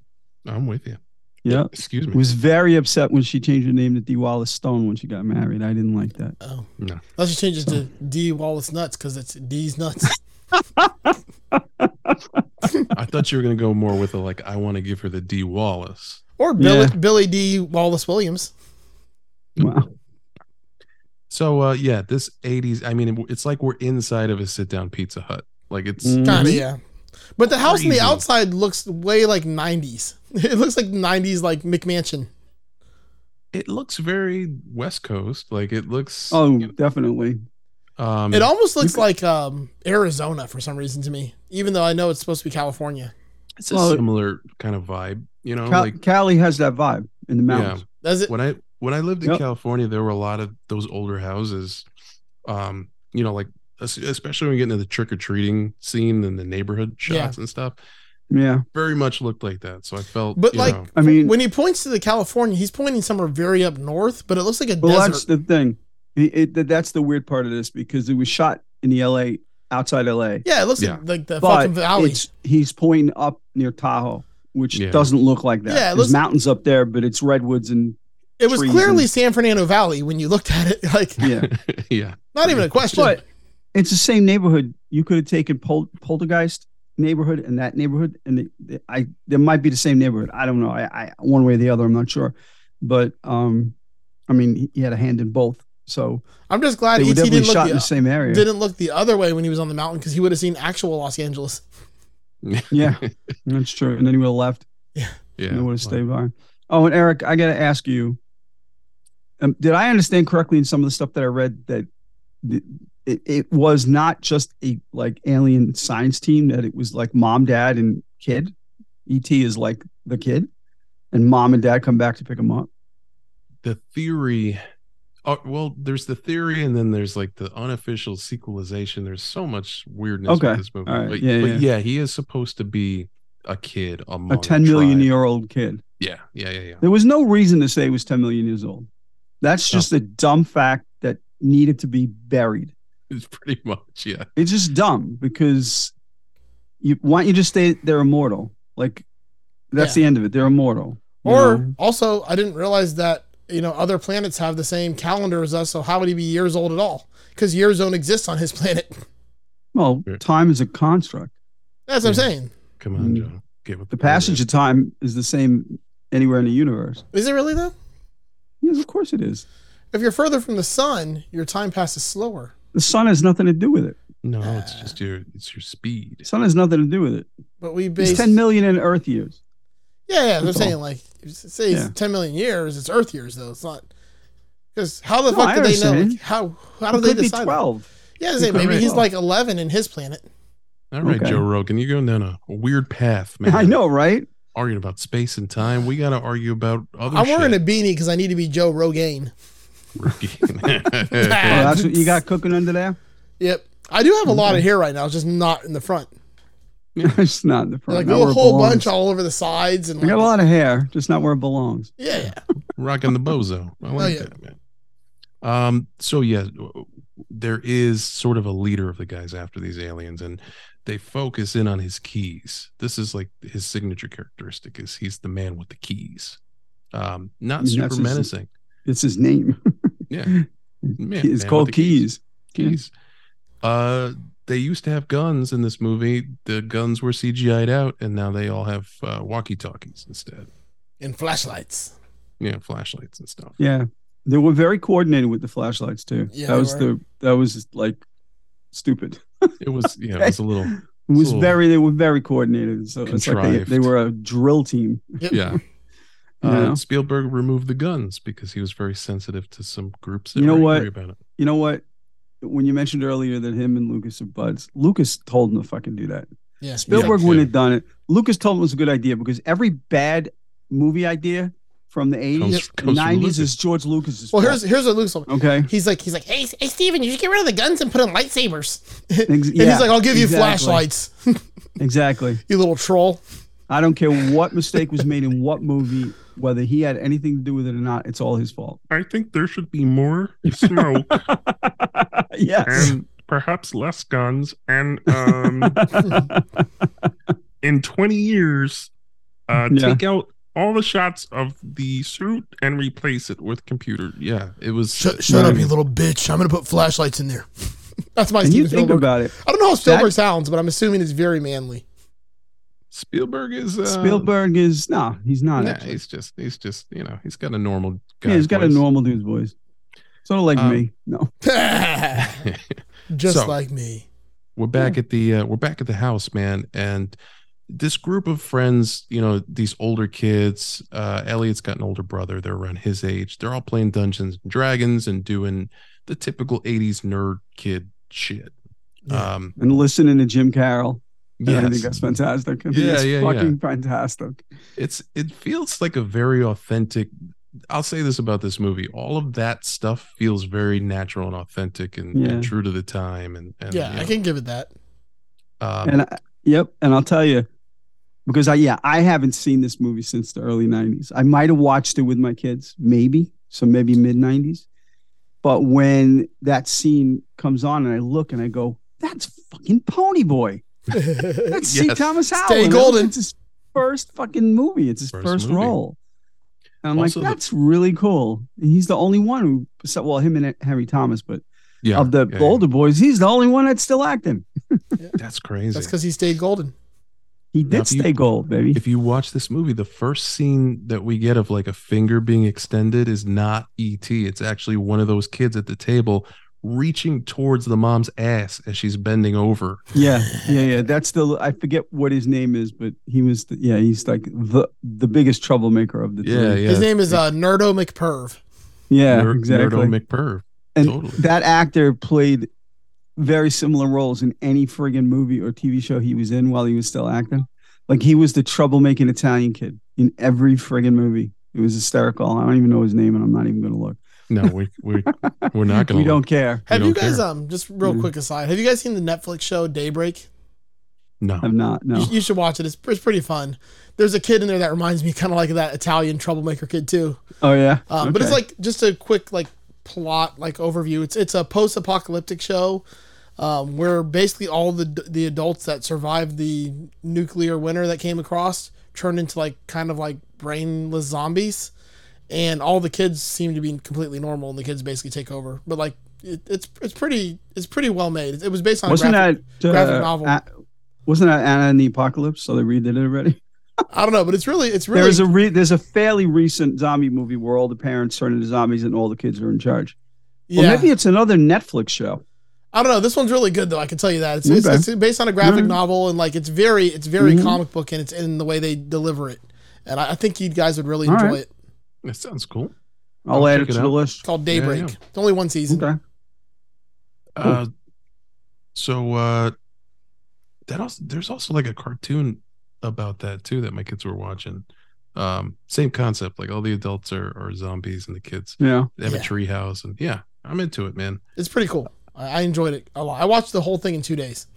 [SPEAKER 3] I'm with you.
[SPEAKER 4] Yeah,
[SPEAKER 3] Excuse me.
[SPEAKER 4] was very upset when she changed her name to Dee Wallace Stone when she got married. I didn't like that.
[SPEAKER 2] Oh.
[SPEAKER 3] No.
[SPEAKER 2] Unless you change it to D Wallace Nuts because it's D's Nuts.
[SPEAKER 3] I thought you were gonna go more with a like. I want to give her the D Wallace.
[SPEAKER 2] Or Billy,
[SPEAKER 4] Yeah.
[SPEAKER 2] Billy D Wallace Williams.
[SPEAKER 4] Wow.
[SPEAKER 3] So uh, yeah, this '80s. I mean, it's like we're inside of a sit-down Pizza Hut. Like it's
[SPEAKER 2] Kind of,
[SPEAKER 4] Mhm.
[SPEAKER 2] yeah. But the house on the
[SPEAKER 3] Crazy.
[SPEAKER 2] outside looks way like 90s. It looks like 90s, like McMansion.
[SPEAKER 3] it looks very West Coast. Like it looks.
[SPEAKER 4] Oh, definitely.
[SPEAKER 3] um,
[SPEAKER 2] It almost looks like um, Arizona for some reason to me, even though I know it's supposed to be California.
[SPEAKER 3] it's a
[SPEAKER 4] well-
[SPEAKER 3] similar kind of vibe. You know,
[SPEAKER 4] Cal-
[SPEAKER 3] like
[SPEAKER 4] Cali has that vibe in the mountains.
[SPEAKER 2] Does it?
[SPEAKER 3] when I when I lived in
[SPEAKER 4] Yep.
[SPEAKER 3] California, there were a lot of those older houses. Um, you know, like es- especially when we get into the trick or treating scene and the neighborhood
[SPEAKER 2] Yeah.
[SPEAKER 3] shots and stuff,
[SPEAKER 4] Yeah,
[SPEAKER 3] very much looked like that. So I felt,
[SPEAKER 2] But
[SPEAKER 3] you
[SPEAKER 2] like-
[SPEAKER 3] know,
[SPEAKER 4] I mean,
[SPEAKER 2] when he points to the California, he's pointing somewhere very up north, but it looks like a
[SPEAKER 4] Well, that's
[SPEAKER 2] desert.
[SPEAKER 4] the thing. It, it, that- that's the weird part of this because it was shot in the L.A. outside L.A.
[SPEAKER 2] Yeah, it looks
[SPEAKER 3] Yeah.
[SPEAKER 2] like, like the
[SPEAKER 4] but
[SPEAKER 2] fucking valley.
[SPEAKER 4] it's he's pointing up near Tahoe, which
[SPEAKER 3] Yeah.
[SPEAKER 4] doesn't look like that.
[SPEAKER 2] Yeah, it
[SPEAKER 4] There's
[SPEAKER 2] looks-
[SPEAKER 4] mountains up there, but it's redwoods and
[SPEAKER 2] It was
[SPEAKER 4] trees
[SPEAKER 2] clearly
[SPEAKER 4] and-
[SPEAKER 2] San Fernando Valley when you looked at it. Like,
[SPEAKER 4] yeah.
[SPEAKER 3] yeah,
[SPEAKER 2] not even a question.
[SPEAKER 4] but it's the same neighborhood. You could have taken Pol- Poltergeist neighborhood and that neighborhood, and it, it- I there might be the same neighborhood. I don't know. I, I one way or the other, I'm not sure. But um, I mean, he, he had a hand in both, so
[SPEAKER 2] I'm just glad
[SPEAKER 4] they were
[SPEAKER 2] E.T.
[SPEAKER 4] definitely
[SPEAKER 2] didn't look
[SPEAKER 4] shot
[SPEAKER 2] the,
[SPEAKER 4] in the same area.
[SPEAKER 2] didn't look the other way when he was on the mountain because he would have seen actual Los Angeles.
[SPEAKER 4] Yeah, that's true. And then he would have left.
[SPEAKER 3] yeah.
[SPEAKER 4] Yeah, would have
[SPEAKER 3] Like,
[SPEAKER 4] stayed by. Oh, and Eric, I got to ask you: um, Did I understand correctly in some of the stuff that I read that th- it, it was not just a like alien science team that it was like mom, dad, and kid? ET is like the kid, and mom and dad come back to pick him up.
[SPEAKER 3] the theory. Oh, well, there's the theory, and then there's like the unofficial sequelization. There's so much weirdness
[SPEAKER 4] Okay,
[SPEAKER 3] with this movie.
[SPEAKER 4] all right,
[SPEAKER 3] But,
[SPEAKER 4] yeah,
[SPEAKER 3] but
[SPEAKER 4] yeah.
[SPEAKER 3] he is supposed to be a kid, a,
[SPEAKER 4] A ten million year old kid.
[SPEAKER 3] Yeah, yeah, yeah, yeah.
[SPEAKER 4] There was no reason to say he was ten million years old. That's
[SPEAKER 3] No.
[SPEAKER 4] just a dumb fact that needed to be buried.
[SPEAKER 3] It's pretty much yeah.
[SPEAKER 4] It's just dumb because you why don't you just stay they're immortal? Like that's the end of it. They're immortal. you
[SPEAKER 2] Or
[SPEAKER 4] know?
[SPEAKER 2] also, I didn't realize that you know other planets have the same calendar as us. So how would he be years old at all? Because years don't exist on his planet.
[SPEAKER 4] well,
[SPEAKER 3] Yeah.
[SPEAKER 4] time is a construct.
[SPEAKER 2] That's what I'm
[SPEAKER 3] Yeah.
[SPEAKER 2] saying.
[SPEAKER 3] Come on,
[SPEAKER 4] Mm.
[SPEAKER 3] Joe. Get with
[SPEAKER 4] The passage of time is the same anywhere in the universe.
[SPEAKER 2] Is it really though?
[SPEAKER 4] Yes, of course it is.
[SPEAKER 2] If you're further from the sun, your time passes slower.
[SPEAKER 4] The sun has nothing to do with it.
[SPEAKER 3] No, it's just your it's your
[SPEAKER 4] The
[SPEAKER 3] speed.
[SPEAKER 4] sun has nothing to do with it.
[SPEAKER 2] But we base
[SPEAKER 4] It's ten million in Earth years.
[SPEAKER 2] Yeah, yeah. That's
[SPEAKER 4] That's
[SPEAKER 2] what I'm
[SPEAKER 4] all.
[SPEAKER 2] saying like if you say it's
[SPEAKER 4] Yeah.
[SPEAKER 2] ten million years. It's Earth years though. It's not because how the
[SPEAKER 4] No,
[SPEAKER 2] fuck
[SPEAKER 4] I
[SPEAKER 2] do they know?
[SPEAKER 4] understand.
[SPEAKER 2] Like, how how
[SPEAKER 4] It
[SPEAKER 2] do they
[SPEAKER 4] could be
[SPEAKER 2] decide? that?
[SPEAKER 4] twelve.
[SPEAKER 2] Yeah, I
[SPEAKER 4] It
[SPEAKER 2] say
[SPEAKER 4] could
[SPEAKER 2] maybe
[SPEAKER 4] be
[SPEAKER 2] he's
[SPEAKER 4] 12.
[SPEAKER 2] like eleven in his planet.
[SPEAKER 3] All right,
[SPEAKER 4] Okay.
[SPEAKER 3] Joe Rogan, you're going down a weird path, man.
[SPEAKER 4] I know, right?
[SPEAKER 3] Arguing about space and time. We gotta argue about other
[SPEAKER 2] I'm wearing a
[SPEAKER 3] shit.
[SPEAKER 2] beanie because I need to be Joe Rogaine.
[SPEAKER 4] Oh,
[SPEAKER 3] Rookie.
[SPEAKER 4] that's what you got cooking under there.
[SPEAKER 2] Yep. I do have
[SPEAKER 4] Mm-hmm.
[SPEAKER 2] a lot of hair right now, it's just not in the front.
[SPEAKER 4] it's not in the front.
[SPEAKER 2] Like
[SPEAKER 4] not
[SPEAKER 2] a
[SPEAKER 4] where it
[SPEAKER 2] whole bunch
[SPEAKER 4] belongs.
[SPEAKER 2] all over the sides and
[SPEAKER 4] I got
[SPEAKER 2] like,
[SPEAKER 4] a lot of hair, just not where it belongs.
[SPEAKER 2] yeah, yeah.
[SPEAKER 3] Rocking the bozo. I like
[SPEAKER 2] Oh, yeah.
[SPEAKER 3] that, man. Um, so yeah, w- there is sort of a leader of the guys after these aliens, and they focus in on his keys. This is like his signature characteristic is he's the man with the keys. Um, not
[SPEAKER 4] That's
[SPEAKER 3] super
[SPEAKER 4] his-
[SPEAKER 3] menacing.
[SPEAKER 4] It's his name.
[SPEAKER 3] Yeah. Man,
[SPEAKER 4] it's
[SPEAKER 3] man
[SPEAKER 4] called
[SPEAKER 3] with the
[SPEAKER 4] Keys.
[SPEAKER 3] Keys. Uh, they used to have guns in this movie. The guns were CGI'd out, and now they all have uh, walkie-talkies instead.
[SPEAKER 2] And flashlights.
[SPEAKER 3] Yeah, flashlights and stuff.
[SPEAKER 4] Yeah, they were very coordinated with the flashlights too.
[SPEAKER 2] Yeah,
[SPEAKER 4] that
[SPEAKER 2] they
[SPEAKER 4] was
[SPEAKER 2] were.
[SPEAKER 4] the that was like stupid.
[SPEAKER 3] It was yeah, it was a little
[SPEAKER 4] It was
[SPEAKER 3] Cool.
[SPEAKER 4] very they were very coordinated. So it's like they,
[SPEAKER 3] Contrived.
[SPEAKER 4] they were a drill team.
[SPEAKER 3] yeah.
[SPEAKER 4] You,
[SPEAKER 3] Uh,
[SPEAKER 4] know?
[SPEAKER 3] Spielberg removed the guns because he was very sensitive to some groups. That
[SPEAKER 4] You know
[SPEAKER 3] were
[SPEAKER 4] what?
[SPEAKER 3] angry About it.
[SPEAKER 4] you know what? When you mentioned earlier that him and Lucas are buds, Lucas told him to fucking do that.
[SPEAKER 2] Yeah.
[SPEAKER 4] Spielberg
[SPEAKER 3] Yeah.
[SPEAKER 4] wouldn't have done it. Lucas told him it was a good idea because every bad movie idea from the 80s.
[SPEAKER 3] Comes-
[SPEAKER 4] The
[SPEAKER 3] comes from
[SPEAKER 4] 90s
[SPEAKER 3] Lucas.
[SPEAKER 4] is George Lucas's.
[SPEAKER 2] Well,
[SPEAKER 4] fault.
[SPEAKER 2] here's here's what Luke's like.
[SPEAKER 4] okay.
[SPEAKER 2] He's like he's like, hey, S- hey, Steven, you should get rid of the guns and put in lightsabers. and
[SPEAKER 4] Ex-
[SPEAKER 2] he's
[SPEAKER 4] yeah,
[SPEAKER 2] like, I'll give you
[SPEAKER 4] exactly.
[SPEAKER 2] flashlights,
[SPEAKER 4] Exactly.
[SPEAKER 2] you little troll.
[SPEAKER 4] I don't care what mistake was made in what movie, whether he had anything to do with it or not. It's all his fault.
[SPEAKER 6] I think there should be more smoke
[SPEAKER 4] Yes.
[SPEAKER 6] and perhaps less guns. And um, in 20 years, uh,
[SPEAKER 4] Yeah.
[SPEAKER 6] take out all the shots of the suit and replace it with computer.
[SPEAKER 3] Yeah, it was.
[SPEAKER 2] Shut, shut up, you little bitch! I'm gonna put flashlights in there. That's my
[SPEAKER 4] and
[SPEAKER 2] Steven
[SPEAKER 4] you think
[SPEAKER 2] Spielberg.
[SPEAKER 4] about it.
[SPEAKER 2] I don't know how Spielberg
[SPEAKER 4] That-
[SPEAKER 2] sounds, but I'm assuming it's very manly.
[SPEAKER 3] Spielberg is uh,
[SPEAKER 4] Spielberg is no, he's not.
[SPEAKER 3] Nah,
[SPEAKER 4] actually.
[SPEAKER 3] he's just he's just you know he's got a normal. Guy
[SPEAKER 4] yeah, he's got
[SPEAKER 3] voice.
[SPEAKER 4] a normal dude's voice. Sort of like
[SPEAKER 3] Um,
[SPEAKER 4] me. No.
[SPEAKER 2] Just
[SPEAKER 3] So-
[SPEAKER 2] like me.
[SPEAKER 3] we're back at the uh, we're back at the house man and this group of friends you know these older kids uh elliot's got an older brother they're around his age they're all playing dungeons and dragons and doing the typical 80s nerd kid shit
[SPEAKER 2] Yeah.
[SPEAKER 3] um
[SPEAKER 4] And listening to Jim Carroll. Yeah. I
[SPEAKER 3] yes.
[SPEAKER 4] think that's fantastic. I think
[SPEAKER 3] Yeah,
[SPEAKER 4] that's
[SPEAKER 3] yeah, yeah.
[SPEAKER 4] fucking fantastic.
[SPEAKER 3] it's it feels like a very authentic i'll say this about this movie all of that stuff feels very natural and authentic and, and
[SPEAKER 4] Yeah.
[SPEAKER 3] true to the time and, and
[SPEAKER 2] yeah,
[SPEAKER 3] you
[SPEAKER 2] I
[SPEAKER 3] know,
[SPEAKER 2] can give it that.
[SPEAKER 3] um,
[SPEAKER 4] and I, yep, and I'll tell you, because I yeah, I haven't seen this movie since the early '90s. I might have watched it with my kids, maybe, so maybe mid '90s. But when that scene comes on, and I look and I go, "That's fucking Pony Boy. That's C.
[SPEAKER 3] Yes.
[SPEAKER 4] Thomas Howell.
[SPEAKER 2] Stay
[SPEAKER 4] And
[SPEAKER 2] golden.
[SPEAKER 4] It's his first fucking movie. It's his
[SPEAKER 3] First
[SPEAKER 4] first,
[SPEAKER 3] movie.
[SPEAKER 4] role." And I'm
[SPEAKER 3] Also the-
[SPEAKER 4] like, that's really cool. And he's the only one who, so- well, him and Harry Thomas, but
[SPEAKER 3] yeah,
[SPEAKER 4] of the
[SPEAKER 3] yeah, yeah.
[SPEAKER 4] older boys, he's the only one that's still acting.
[SPEAKER 3] that's crazy
[SPEAKER 2] That's because he stayed golden.
[SPEAKER 4] He
[SPEAKER 3] Now,
[SPEAKER 4] did
[SPEAKER 3] if you-
[SPEAKER 4] stay gold, baby.
[SPEAKER 3] if you watch this movie, the first scene that we get of like a finger being extended is not ET. It's actually one of those kids at the table reaching towards the mom's ass as she's bending over.
[SPEAKER 4] Yeah, yeah, yeah. That's the I forget what his name is, but he was the, yeah, he's like the the biggest troublemaker of the
[SPEAKER 3] Yeah,
[SPEAKER 4] three.
[SPEAKER 3] yeah.
[SPEAKER 2] His name is uh, Nerdo McPerv.
[SPEAKER 4] Yeah,
[SPEAKER 3] Ner-
[SPEAKER 4] exactly.
[SPEAKER 3] Nerdo McPerv.
[SPEAKER 4] and
[SPEAKER 3] totally.
[SPEAKER 4] that actor played very similar roles in any friggin' movie or TV show he was in while he was still acting. Like he was the troublemaking Italian kid in every friggin' movie. It was hysterical. I don't even know his name, and I'm not even gonna look.
[SPEAKER 3] No, we we we're not gonna.
[SPEAKER 4] we don't care.
[SPEAKER 2] Have
[SPEAKER 3] don't
[SPEAKER 2] you guys
[SPEAKER 3] care.
[SPEAKER 2] um just real
[SPEAKER 4] Mm.
[SPEAKER 2] quick aside? Have you guys seen the Netflix show Daybreak?
[SPEAKER 3] No,
[SPEAKER 4] I'm not. No.
[SPEAKER 2] You, you should watch it. It's, it's pretty fun. There's a kid in there that reminds me kind of like of that Italian troublemaker kid too.
[SPEAKER 4] Oh yeah.
[SPEAKER 2] Um, But it's
[SPEAKER 4] Okay.
[SPEAKER 2] like just a quick like plot like overview. It's it's a post-apocalyptic show um, where basically all the the adults that survived the nuclear winter that came across turned into like kind of like brainless zombies, and all the kids seem to be completely normal, and the kids basically take over. But like it, it's it's pretty it's pretty well made. It, was based on a
[SPEAKER 4] wasn't
[SPEAKER 2] graphic-
[SPEAKER 4] that uh,
[SPEAKER 2] graphic novel.
[SPEAKER 4] A- wasn't that Anna and the Apocalypse? So they redid it already.
[SPEAKER 2] I don't know, but it's really it's really
[SPEAKER 4] There's a re- there's a fairly recent zombie movie where all the parents turn into zombies and all the kids are in charge.
[SPEAKER 2] yeah.
[SPEAKER 4] Well, maybe it's another Netflix show.
[SPEAKER 2] I don't know. This one's really good though. I can tell you that it's, it's,
[SPEAKER 4] Okay. Mm-hmm.
[SPEAKER 2] it's based on a graphic
[SPEAKER 4] Alright.
[SPEAKER 2] novel and like it's very it's very
[SPEAKER 4] Mhm.
[SPEAKER 2] comic book and it's in the way they deliver it. And I, I think you guys would really enjoy
[SPEAKER 4] Alright.
[SPEAKER 2] it.
[SPEAKER 3] that sounds cool.
[SPEAKER 4] I'll,
[SPEAKER 3] I'll
[SPEAKER 4] add
[SPEAKER 3] check
[SPEAKER 4] it
[SPEAKER 3] it
[SPEAKER 4] to
[SPEAKER 3] out.
[SPEAKER 4] the
[SPEAKER 2] It's
[SPEAKER 4] list.
[SPEAKER 2] called Daybreak.
[SPEAKER 3] Yeah, yeah.
[SPEAKER 2] It's only one season.
[SPEAKER 4] Okay.
[SPEAKER 3] Uh, so uh, that also there's also like a cartoon about that too that my kids were watching. Um, same concept. Like all the adults are are zombies and the kids
[SPEAKER 4] Yeah.
[SPEAKER 3] they have a
[SPEAKER 2] Yeah.
[SPEAKER 3] tree house and yeah, I'm into it, man.
[SPEAKER 2] It's pretty cool. I, I enjoyed it a lot. I watched the whole thing in two days.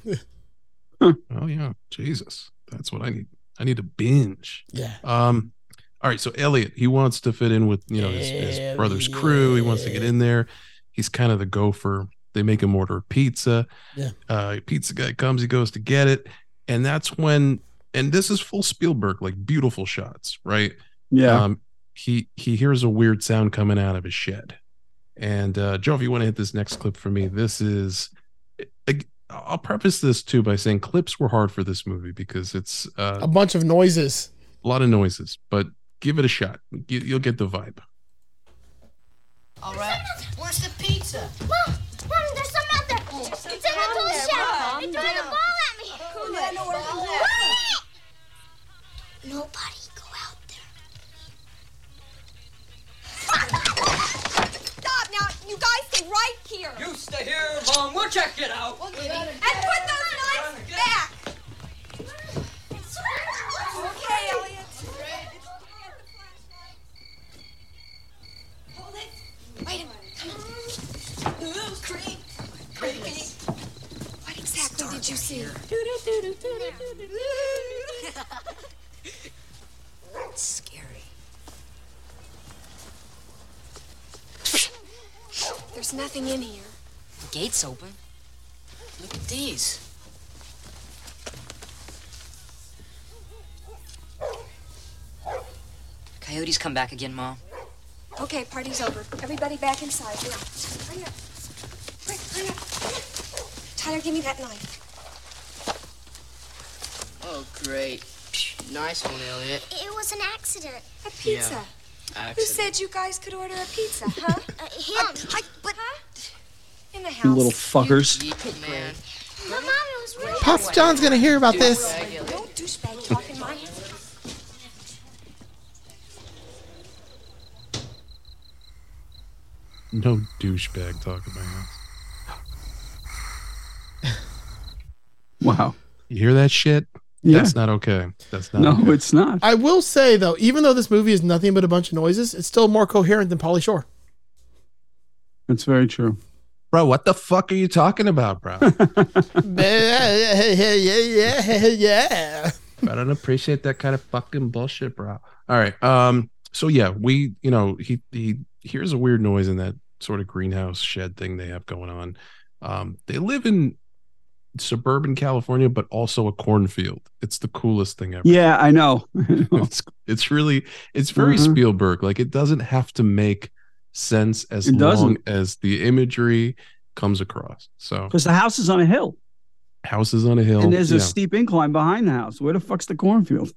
[SPEAKER 3] Oh yeah, Jesus, that's what I need. I need to binge.
[SPEAKER 2] Yeah.
[SPEAKER 3] Um, all right. So Elliot, he wants to fit in with you know his, his brother's crew. He wants to get in there. He's kind of the gopher. They make him order pizza.
[SPEAKER 2] Yeah.
[SPEAKER 3] Uh, pizza guy comes. He goes to get it, and that's when. And this is full Spielberg, like beautiful shots, right?
[SPEAKER 4] Yeah.
[SPEAKER 3] Um, he he hears a weird sound coming out of his shed. And uh, Joe, if you want to hit this next clip for me, this is. I- I'll preface this too by saying clips were hard for this movie because it's
[SPEAKER 2] A
[SPEAKER 3] uh,
[SPEAKER 2] bunch of noises.
[SPEAKER 3] a lot of noises. But give it a shot; You- you'll get the vibe.
[SPEAKER 7] All right. Where's the pizza?
[SPEAKER 8] Mom, Mom, there's something out there. It's in the tool shed. They threw the ball at me. Nobody go out there.
[SPEAKER 7] Stop now. You guys stay right here.
[SPEAKER 9] You stay here, Mom. We'll check it out.
[SPEAKER 7] and put those knives back. Okay, Elliot. do. It's scary. There's nothing in here.
[SPEAKER 9] The gate's open. Look at these. Coyotes come back again, Mom.
[SPEAKER 7] Okay, party's over. Everybody back inside. Now, hurry up. Quick, hurry up. Tyler, give me that knife.
[SPEAKER 10] Oh, great. Psh, Nice one, Elliot.
[SPEAKER 8] It was an accident.
[SPEAKER 7] A pizza. Who said you guys could order a pizza, huh?
[SPEAKER 8] Uh,
[SPEAKER 7] I,
[SPEAKER 8] him.
[SPEAKER 7] I, but, In the house.
[SPEAKER 4] You little fuckers.
[SPEAKER 10] man.
[SPEAKER 8] My mom, it was real.
[SPEAKER 2] Papa John's gonna hear about this.
[SPEAKER 7] Don't douchebag talk in my house.
[SPEAKER 3] No douchebag talking my house.
[SPEAKER 4] Wow.
[SPEAKER 3] You hear that shit?
[SPEAKER 4] Yeah.
[SPEAKER 3] That's not okay. That's not
[SPEAKER 4] no,
[SPEAKER 3] okay.
[SPEAKER 4] it's not.
[SPEAKER 2] I will say though, even though this movie is nothing but a bunch of noises, it's still more coherent than Polly Shore.
[SPEAKER 4] It's very true.
[SPEAKER 3] Bro, what the fuck are you talking about, bro?
[SPEAKER 2] yeah, yeah, yeah, yeah.
[SPEAKER 3] I don't appreciate that kind of fucking bullshit, bro. All right. Um. So yeah, we you know he he hears a weird noise in that sort of greenhouse shed thing they have going on. Um. They live in suburban California, but also a cornfield. It's the coolest thing ever.
[SPEAKER 4] Yeah, I know.
[SPEAKER 3] It's it's really it's very
[SPEAKER 4] Mhm.
[SPEAKER 3] Spielberg. Like it doesn't have to make sense as
[SPEAKER 4] It
[SPEAKER 3] long
[SPEAKER 4] doesn't.
[SPEAKER 3] as the imagery comes across. So
[SPEAKER 4] Because the house is on a hill
[SPEAKER 3] houses on a hill.
[SPEAKER 4] and there's a
[SPEAKER 3] yeah.
[SPEAKER 4] steep incline behind the house. Where the fuck's the cornfield?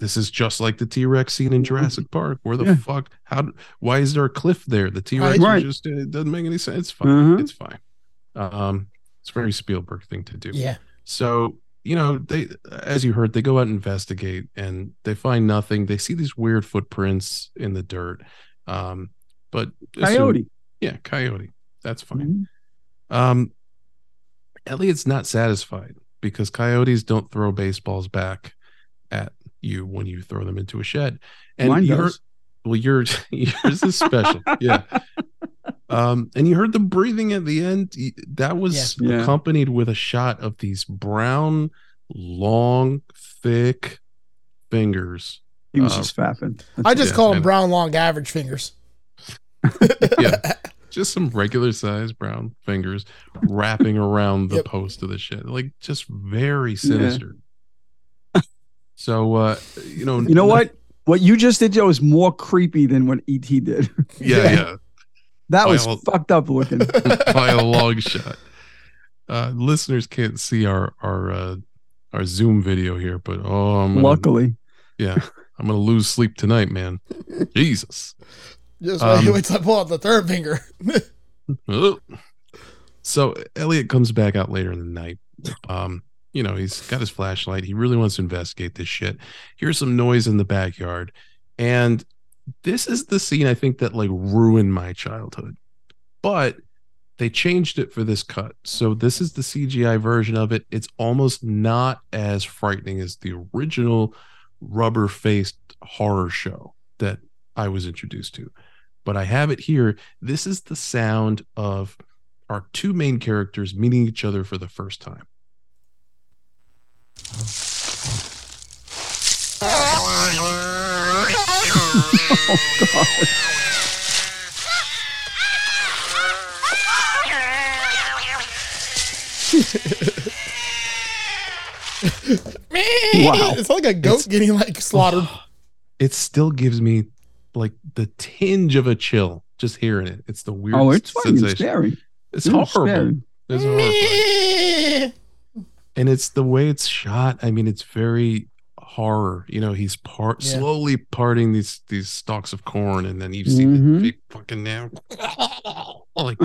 [SPEAKER 3] this is just like the T Rex scene in Jurassic Park. Where the
[SPEAKER 4] Yeah.
[SPEAKER 3] fuck? How? d- Why is there a cliff there? The T Rex
[SPEAKER 4] Right.
[SPEAKER 3] just it doesn't make any sense. It's fine.
[SPEAKER 4] Mhm.
[SPEAKER 3] It's fine. Um, it's a very Spielberg thing to do.
[SPEAKER 2] Yeah.
[SPEAKER 3] So you know they, as you heard, they go out and investigate and they find nothing. They see these weird footprints in the dirt. Um, but assume-
[SPEAKER 4] Coyote. Mhm. Mm-hmm.
[SPEAKER 3] yeah, coyote. That's fine. Um, Elliot's not satisfied because coyotes don't throw baseballs back at you when you throw them into a shed. And
[SPEAKER 4] Mine
[SPEAKER 3] you heard,
[SPEAKER 4] does.
[SPEAKER 3] well, yours yours is special, yeah. Um, and you heard the breathing at the end. y- That was
[SPEAKER 4] Yeah. Yeah.
[SPEAKER 3] accompanied with a shot of these brown, long, thick fingers.
[SPEAKER 4] He was
[SPEAKER 3] Uh,
[SPEAKER 4] just faffing. That's
[SPEAKER 2] I
[SPEAKER 4] it.
[SPEAKER 2] just
[SPEAKER 3] Yeah,
[SPEAKER 2] call
[SPEAKER 3] I
[SPEAKER 2] them
[SPEAKER 3] know.
[SPEAKER 2] brown, long, average fingers.
[SPEAKER 3] Yeah, just some regular sized brown fingers wrapping around the
[SPEAKER 2] Yep.
[SPEAKER 3] post of the shed, like just very sinister. So uh, you know,
[SPEAKER 4] You know what? What you just did, Joe, is more creepy than what ET did.
[SPEAKER 3] Yeah, yeah.
[SPEAKER 4] That was
[SPEAKER 3] Oh, Well-
[SPEAKER 4] fucked up looking.
[SPEAKER 3] by a long shot. Uh, listeners can't see our our uh, our Zoom video here, but oh, I'm gonna,
[SPEAKER 4] Luckily,
[SPEAKER 3] yeah, I'm gonna lose sleep tonight, man. Jesus.
[SPEAKER 2] Just
[SPEAKER 3] Um,
[SPEAKER 2] wait till I pull out the third finger.
[SPEAKER 3] Oh. So Elliot comes back out later in the night. Um, you know, he's got his flashlight. He really wants to investigate this shit. Hears some noise in the backyard, and this is the scene I think that like ruined my childhood. But they changed it for this cut. So this is the CGI version of it. It's almost not as frightening as the original rubber-faced horror show that I was introduced to. But I have it here this is the sound of our two main characters meeting each other for the first time.
[SPEAKER 4] Wow.
[SPEAKER 2] it's like a goat getting like slaughtered.
[SPEAKER 3] It still gives me like the tinge of a chill just hearing it. It's the weirdest
[SPEAKER 4] oh, it's fucking
[SPEAKER 3] sensation.
[SPEAKER 4] scary.
[SPEAKER 3] It's
[SPEAKER 4] It's
[SPEAKER 3] horrible.
[SPEAKER 4] scary.
[SPEAKER 3] It's horrible. And it's the way it's shot. I mean, it's very horror. You know, he's part
[SPEAKER 2] Yeah.
[SPEAKER 3] slowly parting these these stalks of corn, and then you see
[SPEAKER 4] Mhm.
[SPEAKER 3] the big fucking now. like,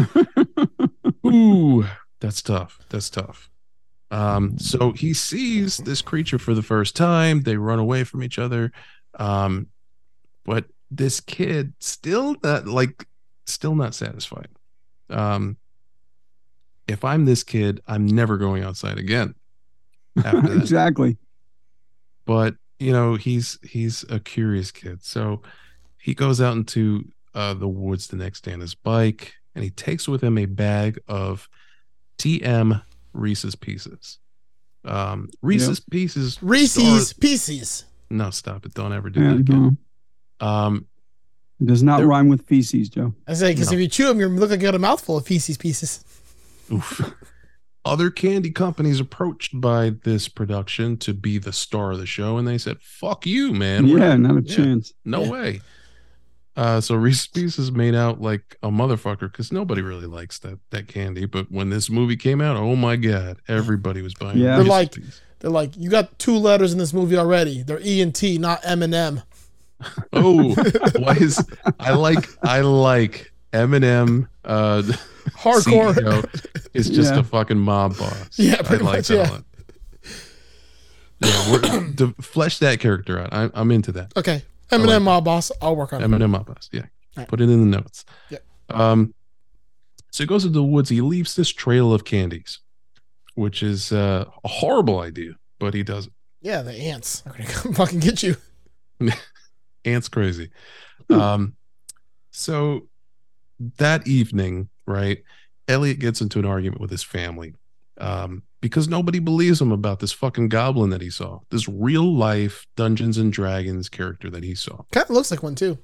[SPEAKER 3] ooh, that's tough. That's tough. Um, so he sees this creature for the first time. They run away from each other. Um, but this kid still not like still not satisfied. Um, if I'm this kid, I'm never going outside again. After that
[SPEAKER 4] exactly.
[SPEAKER 3] but you know he's he's a curious kid so he goes out into uh, the woods the next day on his bike and he takes with him a bag of tm reese's pieces Um, Reese's Pieces.
[SPEAKER 2] Reese's Pieces.
[SPEAKER 3] No, stop it! Don't ever do
[SPEAKER 4] Yeah,
[SPEAKER 3] that again.
[SPEAKER 4] no.
[SPEAKER 3] Um,
[SPEAKER 4] It does not rhyme with feces, Joe.
[SPEAKER 2] I say because
[SPEAKER 3] No.
[SPEAKER 2] if you chew them, you look like you got a mouthful of feces pieces.
[SPEAKER 3] Oof. Other candy companies approached by this production to be the star of the show, and they said, "Fuck you, man! We're
[SPEAKER 4] yeah, not a
[SPEAKER 3] yeah,
[SPEAKER 4] chance.
[SPEAKER 3] no
[SPEAKER 2] Yeah.
[SPEAKER 3] way." Uh, so Reese's Pieces made out like a motherfucker because nobody really likes that that candy. But when this movie came out, oh my god, everybody was buying.
[SPEAKER 4] Yeah. They're
[SPEAKER 3] Reese's
[SPEAKER 2] like-
[SPEAKER 3] Pieces.
[SPEAKER 2] They're like, you got two letters in this movie already. They're E and T, not M and M.
[SPEAKER 3] oh, why is I like I like Eminem. Uh,
[SPEAKER 2] Hardcore.
[SPEAKER 3] CEO is just
[SPEAKER 4] Yeah.
[SPEAKER 3] a fucking mob boss.
[SPEAKER 2] Yeah, pretty much,
[SPEAKER 3] that a
[SPEAKER 2] yeah.
[SPEAKER 3] lot. Yeah, we're, to flesh that character out. I'm, I'm into that.
[SPEAKER 2] Okay, M and
[SPEAKER 3] like that.
[SPEAKER 2] M, my boss. I'll work on it.
[SPEAKER 3] Eminem mob boss. Yeah,
[SPEAKER 2] Right.
[SPEAKER 3] put it in the notes.
[SPEAKER 2] Yep.
[SPEAKER 3] Um, so he goes into the woods. He leaves this trail of candies, which is uh, a horrible idea, but he does. it.
[SPEAKER 2] Yeah, the ants are gonna come fucking get you.
[SPEAKER 3] Ant's crazy. Um, so that evening, right, Elliot gets into an argument with his family um, because nobody believes him about this fucking goblin that he saw, this real life Dungeons and Dragons character that he saw.
[SPEAKER 2] Kind of looks like one too.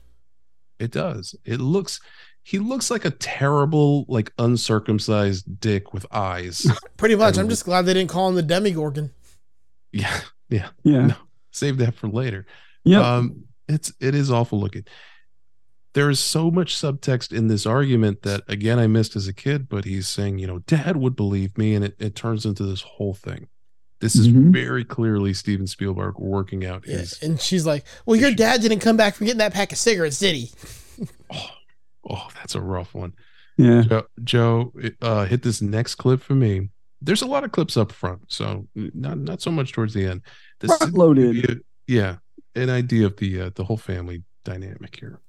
[SPEAKER 3] It does. It looks. He looks like a terrible, like uncircumcised dick with eyes.
[SPEAKER 2] Pretty much.
[SPEAKER 3] Kinda
[SPEAKER 2] I'm just glad they didn't call him the Demigorgon.
[SPEAKER 3] yeah,
[SPEAKER 4] Yeah.
[SPEAKER 3] No. save that for later.
[SPEAKER 4] Yep.
[SPEAKER 3] Um, it's it is awful looking. There is so much subtext in this argument that again I missed as a kid, but he's saying, you know, dad would believe me, and it, it turns into this whole thing. This is
[SPEAKER 4] Mhm.
[SPEAKER 3] very clearly Steven Spielberg working out
[SPEAKER 2] Yeah.
[SPEAKER 3] his
[SPEAKER 2] And she's like, "Well, your
[SPEAKER 3] Issue.
[SPEAKER 2] dad didn't come back from getting that pack of cigarettes, did he?"
[SPEAKER 3] oh, oh, that's a rough one.
[SPEAKER 4] yeah.
[SPEAKER 3] Joe, Joe uh, hit this next clip for me. There's a lot of clips up front, so not not so much towards the end. This
[SPEAKER 4] Front loaded.
[SPEAKER 3] Yeah, yeah, an idea of the uh, the whole family dynamic here.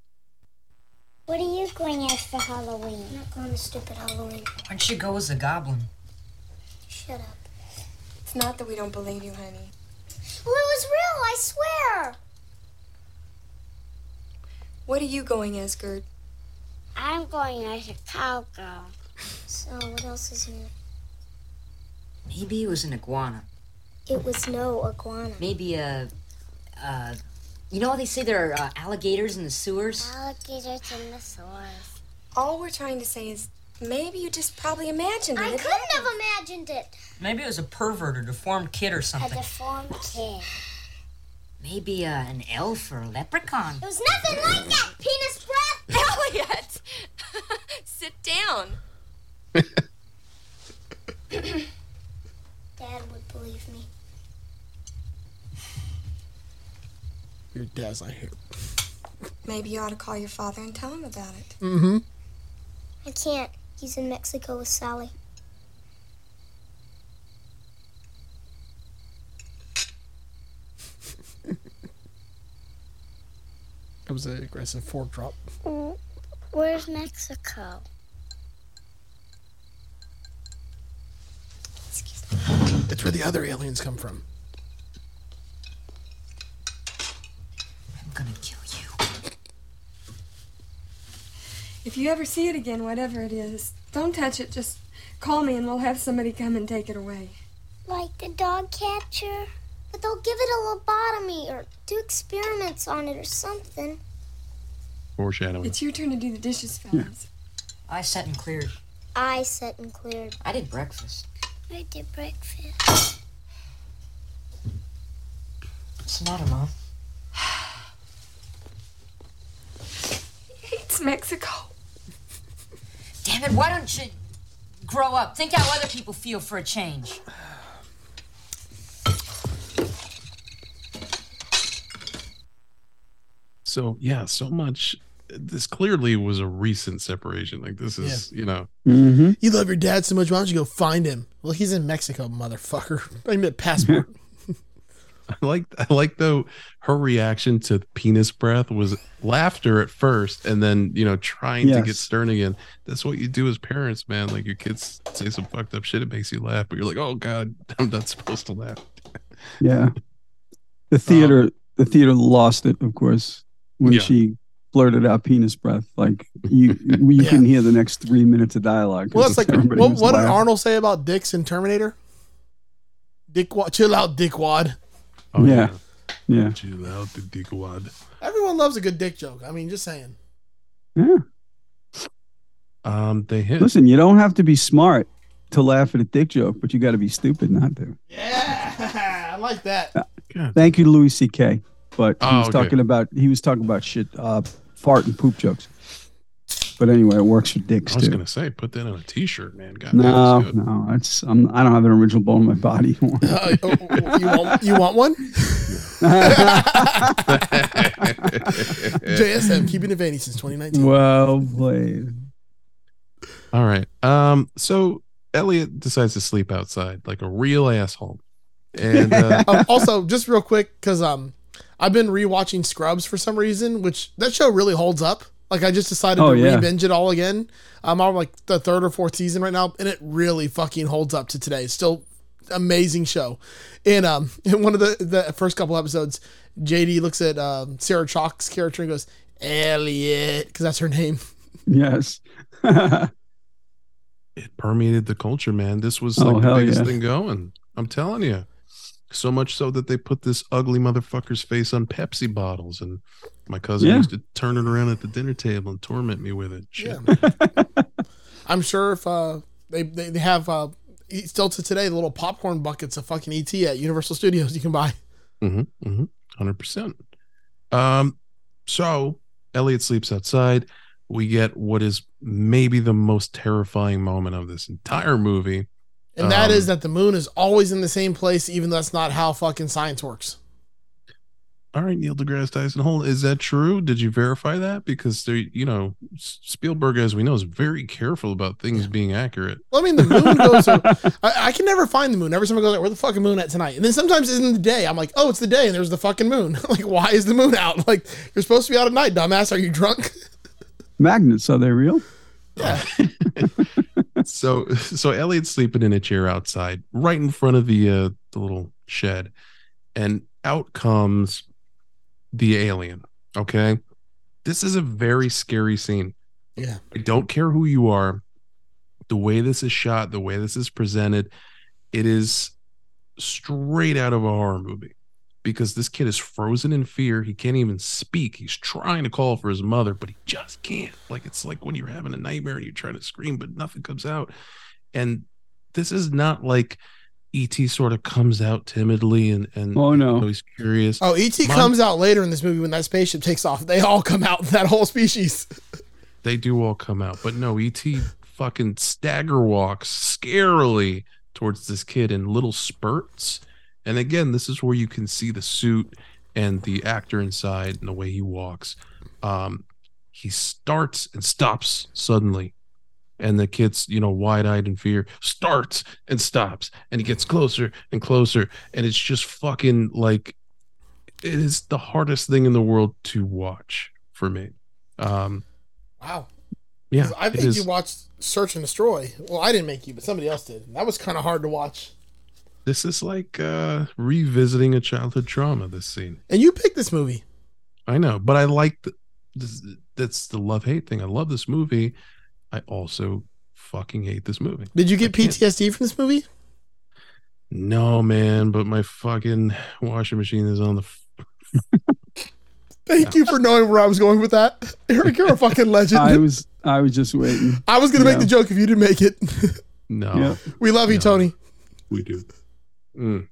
[SPEAKER 8] What are you going as for Halloween? I'm not going to stupid Halloween.
[SPEAKER 9] Why don't you go as a goblin?
[SPEAKER 8] Shut up.
[SPEAKER 7] It's not that we don't believe you, honey.
[SPEAKER 8] Well, it was real, I swear.
[SPEAKER 7] What are you going as, Gerd?
[SPEAKER 8] I'm going as a cowgirl. So, what else is new?
[SPEAKER 9] Maybe he was an iguana.
[SPEAKER 8] It was no iguana.
[SPEAKER 9] Maybe a, uh, you know how they say there are uh, alligators in the sewers?
[SPEAKER 8] Alligators in the sewers.
[SPEAKER 7] All we're trying to say is maybe you just probably imagined it.
[SPEAKER 8] I
[SPEAKER 7] It
[SPEAKER 8] couldn't have imagined it.
[SPEAKER 9] Maybe it was a pervert or deformed kid or
[SPEAKER 8] A
[SPEAKER 9] something.
[SPEAKER 8] deformed kid.
[SPEAKER 9] Maybe uh, an elf or a leprechaun.
[SPEAKER 8] It was nothing like that, penis breath.
[SPEAKER 7] Elliot! Sit down.
[SPEAKER 8] Dad would believe me.
[SPEAKER 2] Your dad's not here.
[SPEAKER 7] Maybe you ought to call your father and tell him about it.
[SPEAKER 2] Mm-hmm.
[SPEAKER 8] I can't. He's in Mexico with Sally.
[SPEAKER 2] It was an aggressive fork drop.
[SPEAKER 8] Mm, Where's Mexico?
[SPEAKER 2] It's where the other aliens come from.
[SPEAKER 9] I'm gonna kill you.
[SPEAKER 7] If you ever see it again, whatever it is, don't touch it. Just call me and we'll have somebody come and take it away.
[SPEAKER 8] Like the dog catcher? But they'll give it a lobotomy or do experiments on it or something.
[SPEAKER 3] Foreshadowing.
[SPEAKER 7] It's your turn to do the dishes, fellas.
[SPEAKER 9] I set and cleared.
[SPEAKER 8] I set and cleared.
[SPEAKER 9] I did breakfast.
[SPEAKER 8] I did breakfast.
[SPEAKER 9] What's the matter, Mom?
[SPEAKER 7] He hates Mexico.
[SPEAKER 9] Damn it, why don't you grow up? Think how other people feel for a change.
[SPEAKER 3] So yeah, so much. This clearly was a recent separation. Like this is, you know,
[SPEAKER 4] Mm-hmm.
[SPEAKER 2] You love your dad so much, why don't you go find him? Well, he's in Mexico, motherfucker. I meant passport.
[SPEAKER 3] I like I like though her reaction to penis breath was laughter at first, and then you know trying to get
[SPEAKER 4] Yes.
[SPEAKER 3] stern again. That's what you do as parents, man. Like your kids say some fucked up shit, it makes you laugh, but you're like, oh god, I'm not supposed to laugh.
[SPEAKER 4] Yeah. The theater the theater lost it, of course, when
[SPEAKER 3] Yeah.
[SPEAKER 4] she blurted out penis breath. Like you you
[SPEAKER 2] Yeah.
[SPEAKER 4] couldn't hear the next three minutes of dialogue.
[SPEAKER 2] well,
[SPEAKER 4] 'cause
[SPEAKER 2] that's like,
[SPEAKER 4] everybody
[SPEAKER 2] what,
[SPEAKER 4] was
[SPEAKER 2] what did
[SPEAKER 4] laughing.
[SPEAKER 2] Arnold say about dicks in Terminator? Dickwad, chill out, dickwad.
[SPEAKER 4] yeah. Yeah.
[SPEAKER 3] Oh, Chill out, the dickwad.
[SPEAKER 2] Everyone loves a good dick joke. I mean, just saying.
[SPEAKER 4] Yeah.
[SPEAKER 3] Um, they hit.
[SPEAKER 4] Listen, you don't have to be smart to laugh at a dick joke, but you got to be stupid not to.
[SPEAKER 2] I like that.
[SPEAKER 4] Thank you, Louis C.K. But he
[SPEAKER 3] Oh,
[SPEAKER 4] was
[SPEAKER 3] okay.
[SPEAKER 4] talking about he was talking about shit, uh, fart and poop jokes. But anyway, it works for
[SPEAKER 3] I
[SPEAKER 4] dicks
[SPEAKER 3] was
[SPEAKER 4] too.
[SPEAKER 3] gonna say, put that on a T-shirt, man. God, that
[SPEAKER 4] No,
[SPEAKER 3] was good.
[SPEAKER 4] no, it's I'm, I don't have an original bone in my body.
[SPEAKER 2] Uh, oh, oh, you, want, you want one? JSM, keeping it vanity since 2019.
[SPEAKER 4] well played.
[SPEAKER 3] All right. Um. So Elliot decides to sleep outside like a real asshole, and uh,
[SPEAKER 2] um, also, just real quick, because um, I've been rewatching Scrubs for some reason, which that show really holds up. Like I just decided
[SPEAKER 4] Oh,
[SPEAKER 2] to
[SPEAKER 4] yeah.
[SPEAKER 2] re-binge it all again. I'm on like the third or fourth season right now, and it really fucking holds up to today. It's still amazing show. And um, in one of the the first couple episodes, JD looks at um, Sarah Chalk's character and goes Elliot, because that's her name.
[SPEAKER 4] Yes.
[SPEAKER 3] it permeated the culture, man. This was
[SPEAKER 4] Oh,
[SPEAKER 3] like the
[SPEAKER 4] hell
[SPEAKER 3] biggest
[SPEAKER 4] yeah.
[SPEAKER 3] thing going. I'm telling you. So much so that they put this ugly motherfucker's face on Pepsi bottles, and my cousin
[SPEAKER 4] Yeah.
[SPEAKER 3] used to turn it around at the dinner table and torment me with it. Shit.
[SPEAKER 2] I'm sure if uh, they, they they have uh, e- still to today the little popcorn buckets of fucking ET at Universal Studios you can buy.
[SPEAKER 3] Mm-hmm. Mm-hmm. Hundred percent. Um. So Elliot sleeps outside. We get what is maybe the most terrifying moment of this entire movie.
[SPEAKER 2] And that is
[SPEAKER 3] Um,
[SPEAKER 2] that the moon is always in the same place, even though that's not how fucking science works.
[SPEAKER 3] All right, Neil deGrasse Tyson. Hold. Is that true? Did you verify that? Because they, you know, S- Spielberg, as we know, is very careful about things being accurate.
[SPEAKER 2] Well, I mean, the moon goes. I, I can never find the moon. Every time I go, like, where the fucking moon at tonight? And then sometimes it's in the day. I'm like, oh, it's the day, and there's the fucking moon. like, why is the moon out? Like, you're supposed to be out at night, dumbass. Are you drunk?
[SPEAKER 4] Magnets are they real?
[SPEAKER 3] so, so Elliot's sleeping in a chair outside, right in front of the uh, the little shed, and out comes the alien. Okay, this is a very scary scene.
[SPEAKER 2] Yeah.
[SPEAKER 3] I don't care who you are, the way this is shot, the way this is presented, it is straight out of a horror movie because this kid is frozen in fear. He can't even speak. He's trying to call for his mother, but he just can't. Like it's like when you're having a nightmare and you're trying to scream, but nothing comes out. And this is not like ET sort of comes out timidly and and
[SPEAKER 4] Oh
[SPEAKER 3] you know,
[SPEAKER 4] no.
[SPEAKER 3] he's curious.
[SPEAKER 2] Oh, ET
[SPEAKER 3] Mom-
[SPEAKER 2] comes out later in this movie when that spaceship takes off. They all come out. That whole species.
[SPEAKER 3] They do all come out, but no, ET fucking stagger walks scarily towards this kid in little spurts. And again, this is where you can see the suit and the actor inside and the way he walks. Um, he starts and stops suddenly. And the kid's, you know, wide eyed in fear, starts and stops. And he gets closer and closer. And it's just fucking like, it is the hardest thing in the world to watch for me. Um,
[SPEAKER 2] Wow.
[SPEAKER 3] yeah,
[SPEAKER 2] I
[SPEAKER 3] it
[SPEAKER 2] think
[SPEAKER 3] is.
[SPEAKER 2] you watched Search and Destroy. Well, I didn't make you, but somebody else did. That was kind of hard to watch.
[SPEAKER 3] This is like uh revisiting a childhood trauma. This scene,
[SPEAKER 2] And you picked this movie.
[SPEAKER 3] I know, but I like the, this, that's the love hate thing. I love this movie. I also fucking hate this movie.
[SPEAKER 2] Did you get
[SPEAKER 3] I can't-
[SPEAKER 2] PTSD from this movie?
[SPEAKER 3] No, man, but my fucking washing machine is on the. F-
[SPEAKER 2] Thank you for knowing where I was going with that. Eric, you're a fucking legend.
[SPEAKER 4] I
[SPEAKER 2] I,
[SPEAKER 4] was I was just waiting.
[SPEAKER 2] was going to
[SPEAKER 4] Yeah.
[SPEAKER 2] make the joke if you didn't make it.
[SPEAKER 3] no,
[SPEAKER 4] Yeah.
[SPEAKER 2] we love you,
[SPEAKER 3] Yeah.
[SPEAKER 2] Tony.
[SPEAKER 3] we do. Mm.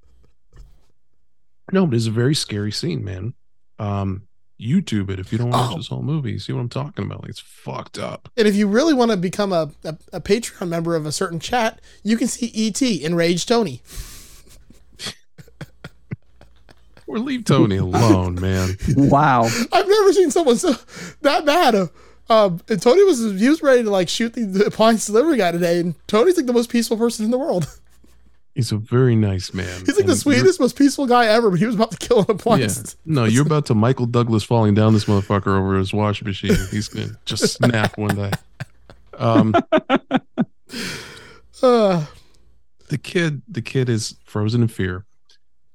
[SPEAKER 3] No, but it's a very scary scene, man. Um, YouTube it if you don't watch
[SPEAKER 2] Oh.
[SPEAKER 3] this whole movie. You see what I'm talking about? Like it's fucked up.
[SPEAKER 2] And if you really want to become a, a, a Patreon member of a certain chat, you can see E.T. Enrage Tony.
[SPEAKER 3] Or leave Tony alone, man.
[SPEAKER 4] Wow.
[SPEAKER 2] I've never seen someone so that mad. Uh, Um, and Tony was he was ready to like shoot the, the appliance delivery guy today, and Tony's like the most peaceful person in the world.
[SPEAKER 3] He's a very nice man.
[SPEAKER 2] He's like the
[SPEAKER 3] and you're-
[SPEAKER 2] sweetest, most peaceful guy ever, but he was about to kill an
[SPEAKER 3] Yeah.
[SPEAKER 2] appliance.
[SPEAKER 3] No, you're about to Michael Douglas falling down this motherfucker over his washing machine. He's gonna just snap one day. Um,
[SPEAKER 2] Uh,
[SPEAKER 3] the kid, the kid is frozen in fear,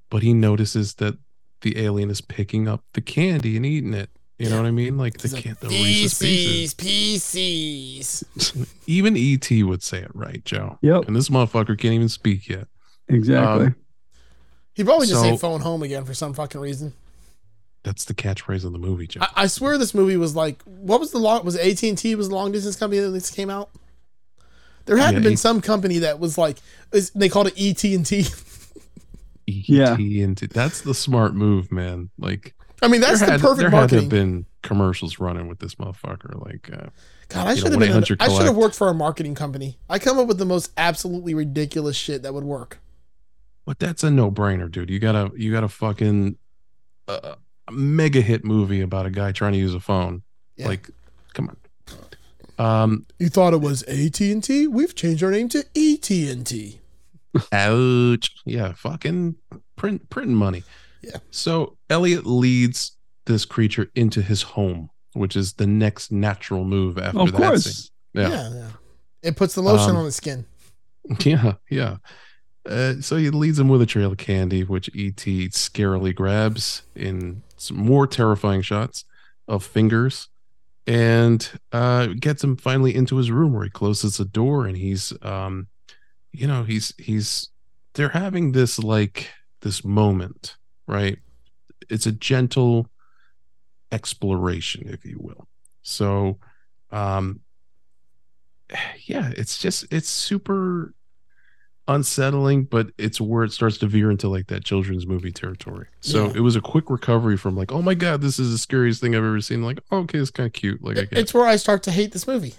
[SPEAKER 3] but he notices that the alien is picking up the candy and eating it. You know what I mean? Like the kid, the Reese's Pieces.
[SPEAKER 2] PCs.
[SPEAKER 3] Even ET would say it right, Joe.
[SPEAKER 4] Yep.
[SPEAKER 3] And this motherfucker can't even speak yet.
[SPEAKER 4] Exactly.
[SPEAKER 2] He probably just
[SPEAKER 3] So-
[SPEAKER 2] say phone home again for some fucking reason.
[SPEAKER 3] That's the catchphrase of the movie, Joe.
[SPEAKER 2] I, I swear this movie was like, what was the long? Was AT and T was the long distance company that this came out? There had to
[SPEAKER 3] Yeah,
[SPEAKER 2] have been
[SPEAKER 3] A-
[SPEAKER 2] some company that was like, is, they called it ET and T.
[SPEAKER 3] yeah. that's the smart move, man. Like,
[SPEAKER 2] I mean, that's
[SPEAKER 3] there
[SPEAKER 2] the
[SPEAKER 3] had-
[SPEAKER 2] perfect
[SPEAKER 3] there
[SPEAKER 2] marketing.
[SPEAKER 3] had to have been commercials running with this motherfucker. Like, uh,
[SPEAKER 2] God, I
[SPEAKER 3] you know,
[SPEAKER 2] should have been. in-
[SPEAKER 3] 1-800
[SPEAKER 2] I should have
[SPEAKER 3] collect.
[SPEAKER 2] worked for a marketing company. I come up with the most absolutely ridiculous shit that would work.
[SPEAKER 3] But that's a no-brainer, dude. You gotta, you gotta fucking uh, mega hit movie about a guy trying to use a phone.
[SPEAKER 2] Yeah.
[SPEAKER 3] Like, come on. Um,
[SPEAKER 2] You thought it was AT and T? We've changed our name to ET and T.
[SPEAKER 3] Ouch. Yeah, fucking print printing money.
[SPEAKER 2] Yeah.
[SPEAKER 3] So Elliot leads this creature into his home, which is the next natural move after
[SPEAKER 4] Of
[SPEAKER 3] that
[SPEAKER 4] course.
[SPEAKER 3] scene. Yeah.
[SPEAKER 2] yeah, yeah. It puts the lotion
[SPEAKER 3] Um,
[SPEAKER 2] on the skin.
[SPEAKER 3] Yeah, yeah. Uh, so he leads him with a trail of candy, which ET scarily grabs in some more terrifying shots of fingers, and uh, gets him finally into his room where he closes the door and he's, um, you know, he's he's they're having this like this moment, right? It's a gentle exploration, if you will. So, um, yeah, it's just it's super unsettling, but it's where it starts to veer into like that children's movie territory. So
[SPEAKER 2] Yeah.
[SPEAKER 3] it was a quick recovery from like, oh my god, this is the scariest thing I've ever seen. Like, oh, okay, it's kind of cute. Like, I get
[SPEAKER 2] It's where I start to hate this movie.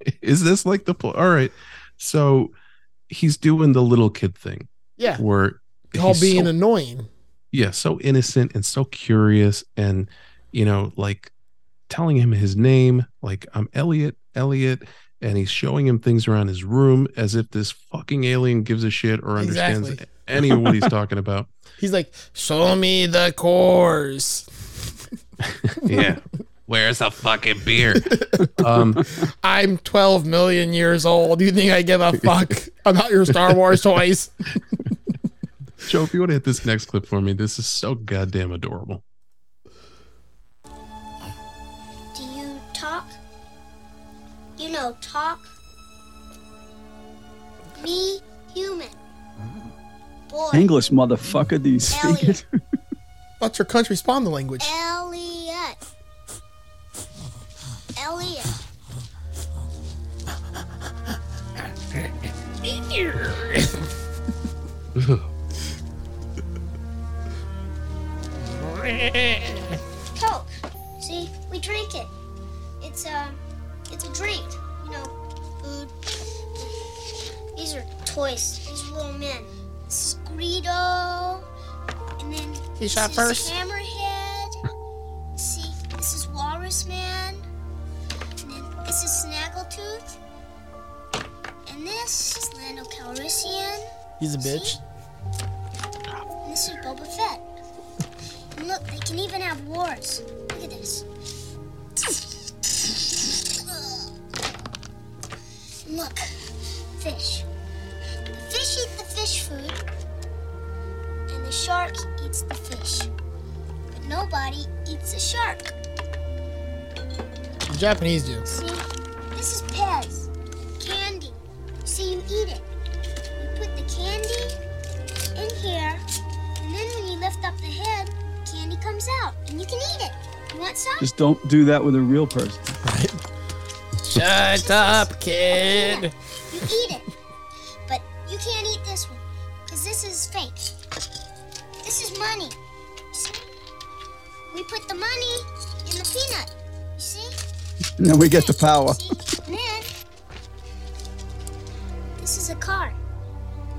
[SPEAKER 3] it. is this like the pl- all right? So he's doing the little kid thing
[SPEAKER 2] Yeah,
[SPEAKER 3] where
[SPEAKER 2] all
[SPEAKER 3] he's
[SPEAKER 2] being
[SPEAKER 3] so
[SPEAKER 2] annoying.
[SPEAKER 3] yeah, so innocent and so curious, and you know, like telling him his name, like I'm Elliot, Elliot, and he's showing him things around his room as if this fucking alien gives a shit or understands
[SPEAKER 2] Exactly.
[SPEAKER 3] any of what he's talking about.
[SPEAKER 2] He's like, show me the cores.
[SPEAKER 3] yeah, where's the fucking beer? um,
[SPEAKER 2] I'm 12 million years old. Do you think I give a fuck about your Star Wars toys?
[SPEAKER 3] Joe, if you want to hit this next clip for me, this is so goddamn adorable.
[SPEAKER 8] Do you talk? You know, talk. Me, human. Boy,
[SPEAKER 4] English motherfucker, do you speak it?
[SPEAKER 2] What's your country spawn the language?
[SPEAKER 8] Elliot. Elliot. Coke. See, we drink it. It's a, it's a drink. You know, food. These are toys. These are little men. This is Greedo. And then
[SPEAKER 2] He shot
[SPEAKER 8] this
[SPEAKER 2] first.
[SPEAKER 8] Is Hammerhead. See, this is Walrus Man. And then this is Snaggletooth. And this is Lando Calrissian.
[SPEAKER 2] He's a bitch.
[SPEAKER 8] And this is Boba Fett. And look, they can even have wars. Look at this. And Look, fish. The fish eat the fish food, and the shark eats the fish. But nobody eats the shark.
[SPEAKER 2] The Japanese do.
[SPEAKER 8] See, this is Pez. Candy. See, you eat it. You put the candy in here, and then when you lift up the head, candy comes out, and you can eat it. You want some?
[SPEAKER 4] Just don't do that with a real person.
[SPEAKER 2] Shut up, kid.
[SPEAKER 8] You eat it. But you can't eat this one, because this is fake. This is money. See? We put the money in the peanut. You see?
[SPEAKER 4] And then we get the power.
[SPEAKER 8] See? And then, this is a car.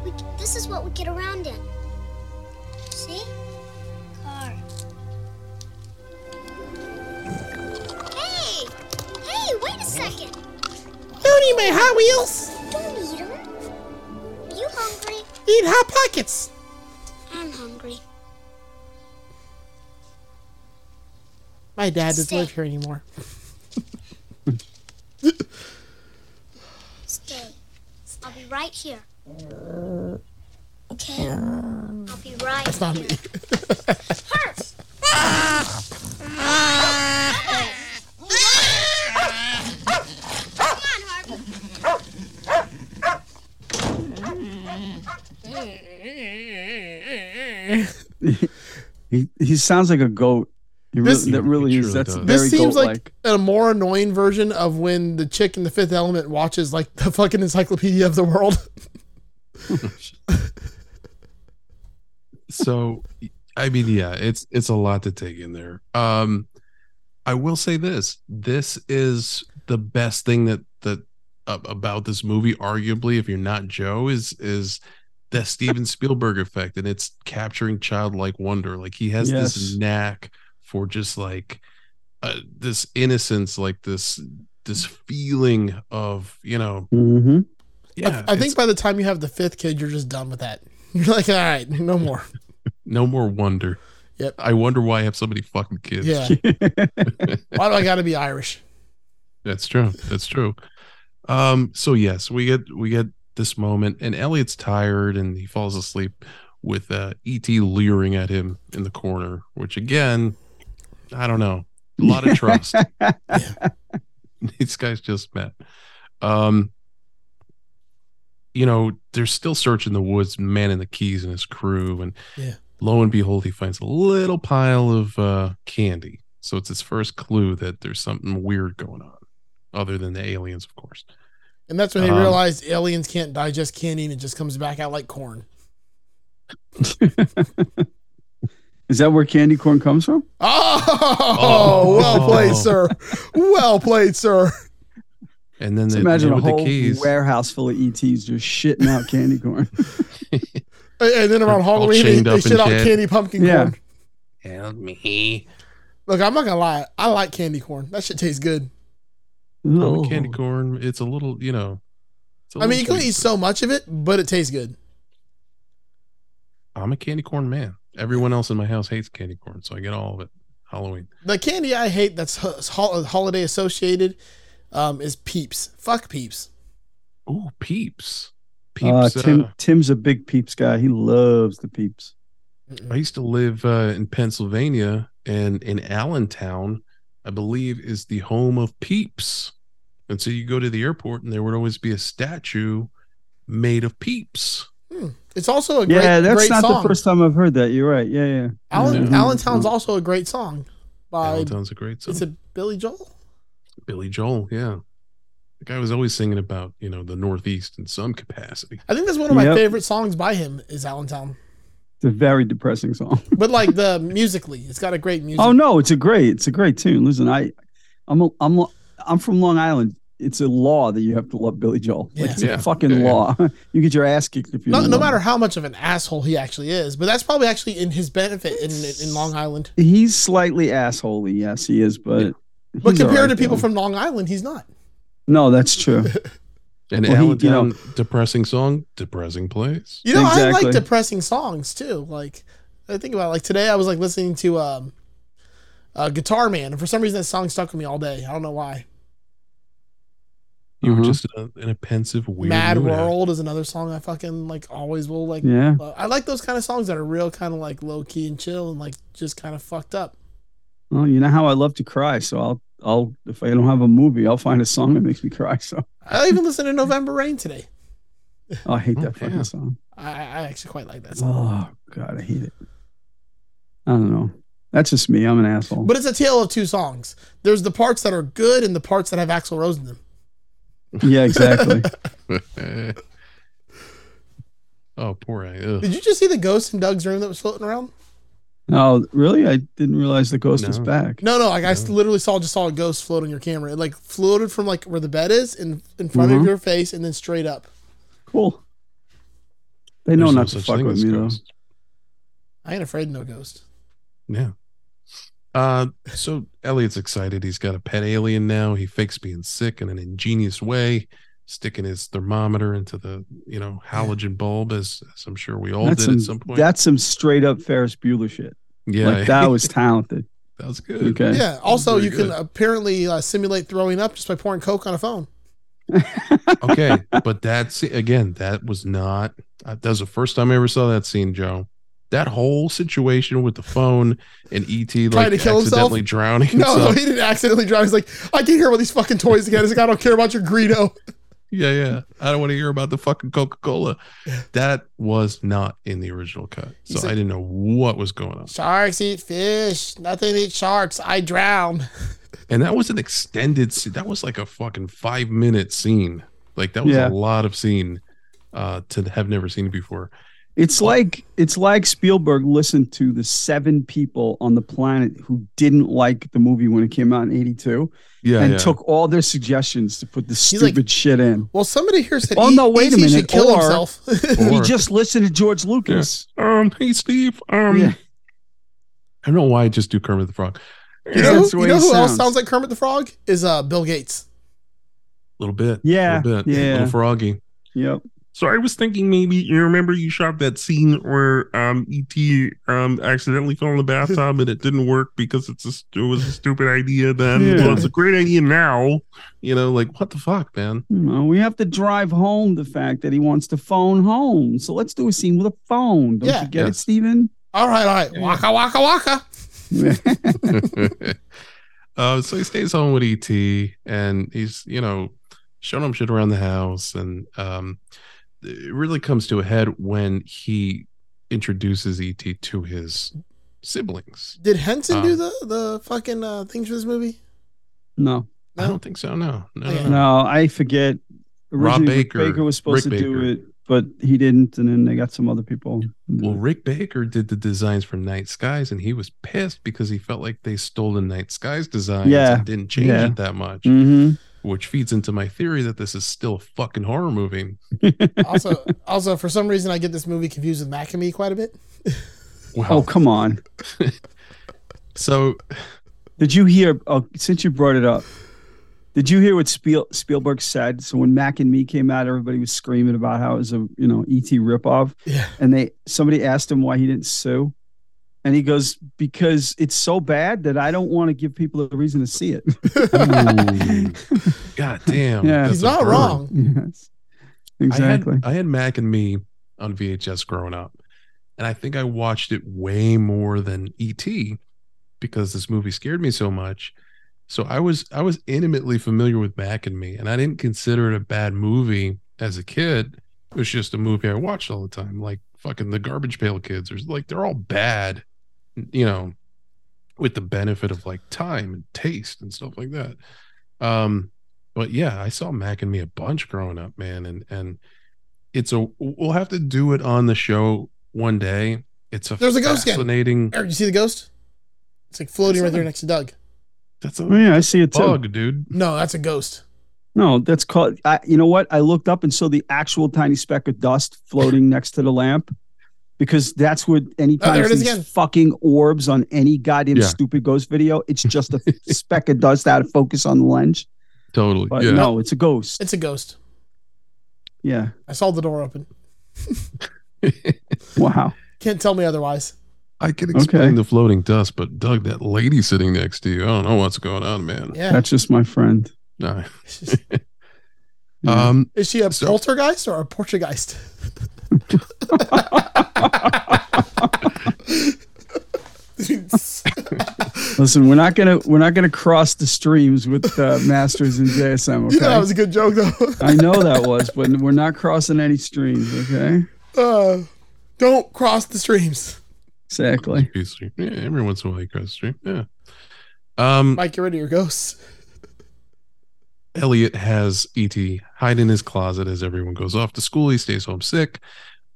[SPEAKER 8] We, this is what we get around in. See? Car. Hey! Hey, wait a second!
[SPEAKER 2] Don't eat my Hot Wheels.
[SPEAKER 8] Don't eat 'em. You hungry?
[SPEAKER 2] Eat Hot Pockets.
[SPEAKER 8] I'm hungry.
[SPEAKER 2] My dad doesn't
[SPEAKER 8] Stay.
[SPEAKER 2] live here anymore.
[SPEAKER 8] Stay. I'll be right here. Okay? I'll be right
[SPEAKER 2] It's not
[SPEAKER 8] here.
[SPEAKER 2] me.
[SPEAKER 8] Hurts! Come on, Harper.
[SPEAKER 4] He he sounds like a goat. He
[SPEAKER 2] This-
[SPEAKER 4] really, that really
[SPEAKER 2] He
[SPEAKER 4] is.
[SPEAKER 2] truly
[SPEAKER 4] That's
[SPEAKER 2] does.
[SPEAKER 4] very
[SPEAKER 2] this seems
[SPEAKER 4] goat-like.
[SPEAKER 2] like a more annoying version of when the chick in the Fifth Element watches like the fucking Encyclopedia of the World.
[SPEAKER 3] so i mean yeah it's it's a lot to take in there um i will say this this is the best thing that that a- about this movie arguably if you're not joe is is the steven spielberg effect and it's capturing childlike wonder like he has
[SPEAKER 4] Yes.
[SPEAKER 3] this knack for just like uh, this innocence like this this feeling of you know
[SPEAKER 4] Mm-hmm.
[SPEAKER 3] yeah
[SPEAKER 2] I think by the time you have the fifth kid, you're just done with that. You're like, all right, no more.
[SPEAKER 3] no more wonder
[SPEAKER 2] Yep.
[SPEAKER 3] i wonder why i have so many fucking kids
[SPEAKER 2] Yeah.
[SPEAKER 4] Mm-hmm.
[SPEAKER 2] Why do I got to be Irish?
[SPEAKER 3] That's true. That's true. Um, so yes, we get we get this moment, and Elliot's tired and he falls asleep with uh ET leering at him in the corner, which again, I don't know. A lot of trust. These guys just met. Um you know, they're still searching the woods, man and the keys and his crew, and
[SPEAKER 2] Yeah.
[SPEAKER 3] lo and behold, he finds a little pile of uh, candy. So it's his first clue that there's something weird going on, other than the aliens, of course.
[SPEAKER 2] And that's when they
[SPEAKER 3] Um,
[SPEAKER 2] realized aliens can't digest candy and it just comes back out like corn.
[SPEAKER 4] Is that where candy corn comes from?
[SPEAKER 2] Oh,
[SPEAKER 3] Oh.
[SPEAKER 2] well played, sir. Well played, sir.
[SPEAKER 3] And then
[SPEAKER 4] Just
[SPEAKER 3] they,
[SPEAKER 4] imagine
[SPEAKER 3] they
[SPEAKER 4] a
[SPEAKER 3] with the
[SPEAKER 4] whole
[SPEAKER 3] keys.
[SPEAKER 4] warehouse full of ETs just shitting out candy corn.
[SPEAKER 2] And- And then around
[SPEAKER 3] All
[SPEAKER 2] Halloween, they,
[SPEAKER 3] chained
[SPEAKER 2] they
[SPEAKER 3] up
[SPEAKER 2] shit
[SPEAKER 3] and
[SPEAKER 2] out
[SPEAKER 3] shit.
[SPEAKER 2] candy pumpkin
[SPEAKER 4] Yeah.
[SPEAKER 2] corn.
[SPEAKER 3] Help me.
[SPEAKER 2] Look, I'm not gonna lie. I like candy corn. That shit tastes good.
[SPEAKER 3] Oh,
[SPEAKER 4] Ooh.
[SPEAKER 3] candy corn. It's a little, you know. it's a
[SPEAKER 2] I mean,
[SPEAKER 3] little
[SPEAKER 2] you can
[SPEAKER 3] candy
[SPEAKER 2] eat so much of it, but it tastes good.
[SPEAKER 3] corn. I'm a candy corn man. Everyone else in my house hates candy corn, so I get all of it. Halloween.
[SPEAKER 2] The candy I hate that's ho- hol- holiday associated um, is Peeps. Fuck Peeps.
[SPEAKER 3] Ooh, peeps.
[SPEAKER 4] Uh,
[SPEAKER 3] Peeps.
[SPEAKER 4] Tim,
[SPEAKER 3] uh,
[SPEAKER 4] Tim's a big peeps guy. He loves the peeps.
[SPEAKER 3] I used to live uh, in Pennsylvania, and in Allentown, I believe, is the home of Peeps. And so you go to the airport, and there would always be a statue made of Peeps.
[SPEAKER 2] It's also a great,
[SPEAKER 4] Yeah, that's
[SPEAKER 2] great
[SPEAKER 4] not
[SPEAKER 2] song.
[SPEAKER 4] the first time I've heard that. You're right. Yeah, yeah.
[SPEAKER 2] Allen,
[SPEAKER 3] Mm-hmm.
[SPEAKER 4] Mhm.
[SPEAKER 2] Allentown's also a great song by
[SPEAKER 3] Allentown's a great song.
[SPEAKER 2] it's a Billy Joel.
[SPEAKER 3] Billy Joel, yeah. The guy was always singing about you know the Northeast in some capacity.
[SPEAKER 2] I think that's one of my
[SPEAKER 4] Yep.
[SPEAKER 2] favorite songs by him is Allentown.
[SPEAKER 4] It's a very depressing song.
[SPEAKER 2] But like the musically, it's got a great music.
[SPEAKER 4] Oh no, it's a great, it's a great tune. Listen, I, I'm, a, I'm, lo- I'm from Long Island. It's a law that you have to love Billy Joel. Like,
[SPEAKER 2] Yeah.
[SPEAKER 4] It's
[SPEAKER 3] Yeah.
[SPEAKER 4] a fucking
[SPEAKER 3] Yeah, yeah.
[SPEAKER 4] law. you get your ass kicked if you.
[SPEAKER 2] No,
[SPEAKER 4] don't
[SPEAKER 2] no
[SPEAKER 4] love
[SPEAKER 2] matter how much of an asshole he actually is, but that's probably actually in his benefit in in Long Island.
[SPEAKER 4] it. He's slightly assholey. Yes, he is, but.
[SPEAKER 2] But
[SPEAKER 4] he's
[SPEAKER 2] compared
[SPEAKER 4] alright,
[SPEAKER 2] to people
[SPEAKER 4] though.
[SPEAKER 2] from Long Island, he's not.
[SPEAKER 4] No, that's true.
[SPEAKER 3] And
[SPEAKER 4] Well, he- you
[SPEAKER 3] Allentown, depressing song, depressing place.
[SPEAKER 2] You know, I
[SPEAKER 4] Exactly.
[SPEAKER 2] like depressing songs too. Like I think about it, like today I was like listening to um uh, Guitar Man, and for some reason that song stuck with me all day. I don't know why.
[SPEAKER 3] You were
[SPEAKER 4] Uh-huh.
[SPEAKER 3] just in a, in a pensive, weird
[SPEAKER 2] Mad
[SPEAKER 3] mood.
[SPEAKER 2] World is another song I fucking like always will like.
[SPEAKER 4] Yeah.
[SPEAKER 2] love. I like those kind of songs that are real kind of like low key and chill and like just kind of fucked up.
[SPEAKER 4] Well, you know how I love to cry, so I'll, I'll, if I don't have a movie, I'll find a song that makes me cry. So
[SPEAKER 2] I even listened to November Rain today.
[SPEAKER 4] I hate that
[SPEAKER 3] Oh, yeah.
[SPEAKER 4] fucking song.
[SPEAKER 2] I, I actually quite like that song.
[SPEAKER 4] Oh God, I hate it. I don't know. That's just me. I'm an asshole.
[SPEAKER 2] But it's a tale of two songs. There's the parts that are good and the parts that have Axl Rose in them.
[SPEAKER 4] yeah, exactly.
[SPEAKER 3] oh, poor guy. Ugh.
[SPEAKER 2] Did you just see the ghost in Doug's room that was floating around?
[SPEAKER 4] No, really, I didn't realize the ghost was
[SPEAKER 3] No.
[SPEAKER 4] back.
[SPEAKER 2] No, no. Like I s- literally saw just saw a ghost float on your camera. It like floated from like where the bed is in in front of
[SPEAKER 4] Mhm.
[SPEAKER 2] your face and then straight up.
[SPEAKER 4] Cool. They know
[SPEAKER 3] There's
[SPEAKER 4] not to
[SPEAKER 3] such
[SPEAKER 4] fuck
[SPEAKER 3] thing
[SPEAKER 4] with
[SPEAKER 3] as
[SPEAKER 4] me
[SPEAKER 3] ghosts.
[SPEAKER 2] I ain't afraid of no ghost.
[SPEAKER 3] Yeah. Uh, so Elliot's excited. He's got a pet alien now. He fakes being sick in an ingenious way, sticking his thermometer into the you know halogen bulb, as, as I'm sure we all
[SPEAKER 4] though. That's
[SPEAKER 3] did
[SPEAKER 4] some,
[SPEAKER 3] at some point.
[SPEAKER 4] that's some straight up Ferris Bueller shit.
[SPEAKER 3] yeah,
[SPEAKER 4] Like that was talented.
[SPEAKER 3] that was good.
[SPEAKER 4] Okay.
[SPEAKER 2] Yeah. Also,
[SPEAKER 3] Very
[SPEAKER 2] you can
[SPEAKER 3] good.
[SPEAKER 2] apparently uh, simulate throwing up just by pouring coke on a phone.
[SPEAKER 3] okay, but that scene again, that was not. Uh, that was the first time I ever saw that scene, Joe. That whole situation with the phone and ET like
[SPEAKER 2] to kill
[SPEAKER 3] accidentally
[SPEAKER 2] himself?
[SPEAKER 3] drowning
[SPEAKER 2] No,
[SPEAKER 3] himself.
[SPEAKER 2] he didn't accidentally drown. He's like, I can't hear about these fucking toys again. He's like, I don't care about your Greedo.
[SPEAKER 3] Yeah, yeah. I don't want to hear about the fucking Coca Cola. That was not in the original cut.
[SPEAKER 2] He
[SPEAKER 3] So
[SPEAKER 2] said-
[SPEAKER 3] I didn't know what was going on.
[SPEAKER 2] Sharks eat fish. Nothing eats sharks. I drown.
[SPEAKER 3] And that was an extended scene. That was like a fucking five minute scene. Like that was
[SPEAKER 4] Yeah.
[SPEAKER 3] a lot of scene uh to have never seen before.
[SPEAKER 4] It's like it's like Spielberg listened to the seven people on the planet who didn't like the movie when it came out in '82,
[SPEAKER 3] Yeah,
[SPEAKER 4] and
[SPEAKER 3] yeah.
[SPEAKER 4] took all their suggestions to put the
[SPEAKER 2] like-
[SPEAKER 4] stupid shit in.
[SPEAKER 2] Well, somebody here said,
[SPEAKER 4] Oh,
[SPEAKER 2] E-
[SPEAKER 4] no, wait a
[SPEAKER 2] E.T.
[SPEAKER 4] minute,
[SPEAKER 2] should kill
[SPEAKER 4] or-
[SPEAKER 2] himself.
[SPEAKER 4] He
[SPEAKER 3] Or-
[SPEAKER 4] just listened to George Lucas.
[SPEAKER 6] Um, hey Steve. Um,
[SPEAKER 4] Yeah.
[SPEAKER 3] I don't know why I just do Kermit the Frog.
[SPEAKER 2] you know,
[SPEAKER 4] That's the
[SPEAKER 2] who,
[SPEAKER 4] way
[SPEAKER 2] you know
[SPEAKER 4] it
[SPEAKER 2] who else
[SPEAKER 4] sounds.
[SPEAKER 2] sounds like Kermit the Frog? Is uh, Bill Gates.
[SPEAKER 3] little bit.
[SPEAKER 4] Yeah,
[SPEAKER 3] little bit.
[SPEAKER 4] yeah.
[SPEAKER 3] Little froggy.
[SPEAKER 4] Yep.
[SPEAKER 6] So I was thinking maybe you remember you shot that scene where um
[SPEAKER 3] E
[SPEAKER 6] ET um accidentally fell in the bathtub and it didn't work because it's a, st- it was a stupid idea then.
[SPEAKER 4] Yeah.
[SPEAKER 6] Well, it's a great idea now.
[SPEAKER 3] You know, like what the fuck, man?
[SPEAKER 4] You know, we have to drive home the fact that he wants to phone home. So let's do a scene with a phone. Don't
[SPEAKER 2] Yeah.
[SPEAKER 4] you get it,
[SPEAKER 3] Yes.
[SPEAKER 4] Steven?
[SPEAKER 2] All right, all right. Waka, waka, waka.
[SPEAKER 3] uh, so he stays home with ET, and he's you know showing him shit around the house, and um, it really comes to a head when he introduces ET to his siblings.
[SPEAKER 2] Did Henson
[SPEAKER 3] Um,
[SPEAKER 2] do the, the fucking uh, things for this movie?
[SPEAKER 4] no,
[SPEAKER 3] I don't think so. No, no, no,
[SPEAKER 2] Okay.
[SPEAKER 3] no.
[SPEAKER 4] no, I forget.
[SPEAKER 3] Rob
[SPEAKER 4] Originally, Rick
[SPEAKER 3] Baker,
[SPEAKER 4] was supposed
[SPEAKER 3] Rick
[SPEAKER 4] to do
[SPEAKER 3] Baker.
[SPEAKER 4] it, but he didn't, and then they got some other people.
[SPEAKER 3] Well, Rick Baker did the designs for Night Skies, and he was pissed because he felt like they stole the Night Skies designs
[SPEAKER 4] Yeah.
[SPEAKER 3] and didn't change
[SPEAKER 4] Yeah.
[SPEAKER 3] it that much,
[SPEAKER 4] hmm
[SPEAKER 3] which feeds into my theory that this is still a fucking horror movie.
[SPEAKER 2] Also, also for some reason, I get this movie confused with Mac and Me quite a bit.
[SPEAKER 4] Oh,
[SPEAKER 3] Well,
[SPEAKER 4] come on.
[SPEAKER 3] so
[SPEAKER 4] Did you hear? Oh, since you brought it up, did you hear what Spiel, Spielberg said? So when Mac and Me came out, everybody was screaming about how it was a you know ET ripoff,
[SPEAKER 2] Yeah.
[SPEAKER 4] and they somebody asked him why he didn't sue, and he goes because it's so bad that I don't want to give people a reason to see it.
[SPEAKER 3] God damn.
[SPEAKER 4] Yeah.
[SPEAKER 3] that's
[SPEAKER 2] He's
[SPEAKER 3] a
[SPEAKER 2] not
[SPEAKER 3] burn.
[SPEAKER 2] wrong.
[SPEAKER 4] yes,
[SPEAKER 3] I
[SPEAKER 4] exactly.
[SPEAKER 3] had, I had Mac and Me on VHS growing up, and I think I watched it way more than E.T. because this movie scared me so much. So I was I was intimately familiar with Mac and Me, and I didn't consider it a bad movie as a kid. It was just a movie I watched all the time, like fucking the Garbage Pail Kids. Or like they're all bad, you know, with the benefit of like time and taste and stuff like that. Um, but yeah, I saw Mac and Me a bunch growing up, man, and and it's a we'll have to do it on the show one day. It's a
[SPEAKER 2] There's a ghost again.
[SPEAKER 3] fascinating.
[SPEAKER 2] Eric, you see the ghost? It's like floating right there next to Doug.
[SPEAKER 3] That's
[SPEAKER 4] Oh,
[SPEAKER 3] a
[SPEAKER 4] yeah, I see it too.
[SPEAKER 3] bug, dude.
[SPEAKER 2] No, that's a ghost.
[SPEAKER 4] No, that's called. I, you know what? I looked up and saw the actual tiny speck of dust floating next to the lamp, because that's what
[SPEAKER 2] Oh,
[SPEAKER 4] anytime
[SPEAKER 2] there it is
[SPEAKER 4] these
[SPEAKER 2] again.
[SPEAKER 4] fucking orbs on any goddamn
[SPEAKER 3] Yeah.
[SPEAKER 4] stupid ghost video, it's just a speck of dust out of focus on the lens.
[SPEAKER 3] Totally.
[SPEAKER 4] But
[SPEAKER 3] yeah.
[SPEAKER 4] no, it's a ghost.
[SPEAKER 2] It's a ghost.
[SPEAKER 4] Yeah.
[SPEAKER 2] I saw the door open.
[SPEAKER 4] Wow.
[SPEAKER 2] Can't tell me otherwise.
[SPEAKER 3] I can explain
[SPEAKER 4] Okay.
[SPEAKER 3] the floating dust, but Doug, that lady sitting next to you, I don't know what's going on, man.
[SPEAKER 2] Yeah.
[SPEAKER 4] That's just my friend.
[SPEAKER 3] Nah.
[SPEAKER 4] Yeah.
[SPEAKER 3] Um,
[SPEAKER 2] Is she a
[SPEAKER 3] So-
[SPEAKER 2] poltergeist or a portugeist?
[SPEAKER 4] Listen, we're not gonna we're not gonna cross the streams with uh, Masters and JSM. Okay.
[SPEAKER 2] You know that was a good joke though.
[SPEAKER 4] I know that was, but we're not crossing any streams. Okay.
[SPEAKER 2] Uh, don't cross the streams.
[SPEAKER 4] Exactly.
[SPEAKER 3] obviously, yeah, every once in a while you cross the stream. Yeah. Um,
[SPEAKER 2] Mike, get rid of your ghosts.
[SPEAKER 3] Elliot has ET hide in his closet as everyone goes off to school. He stays home sick.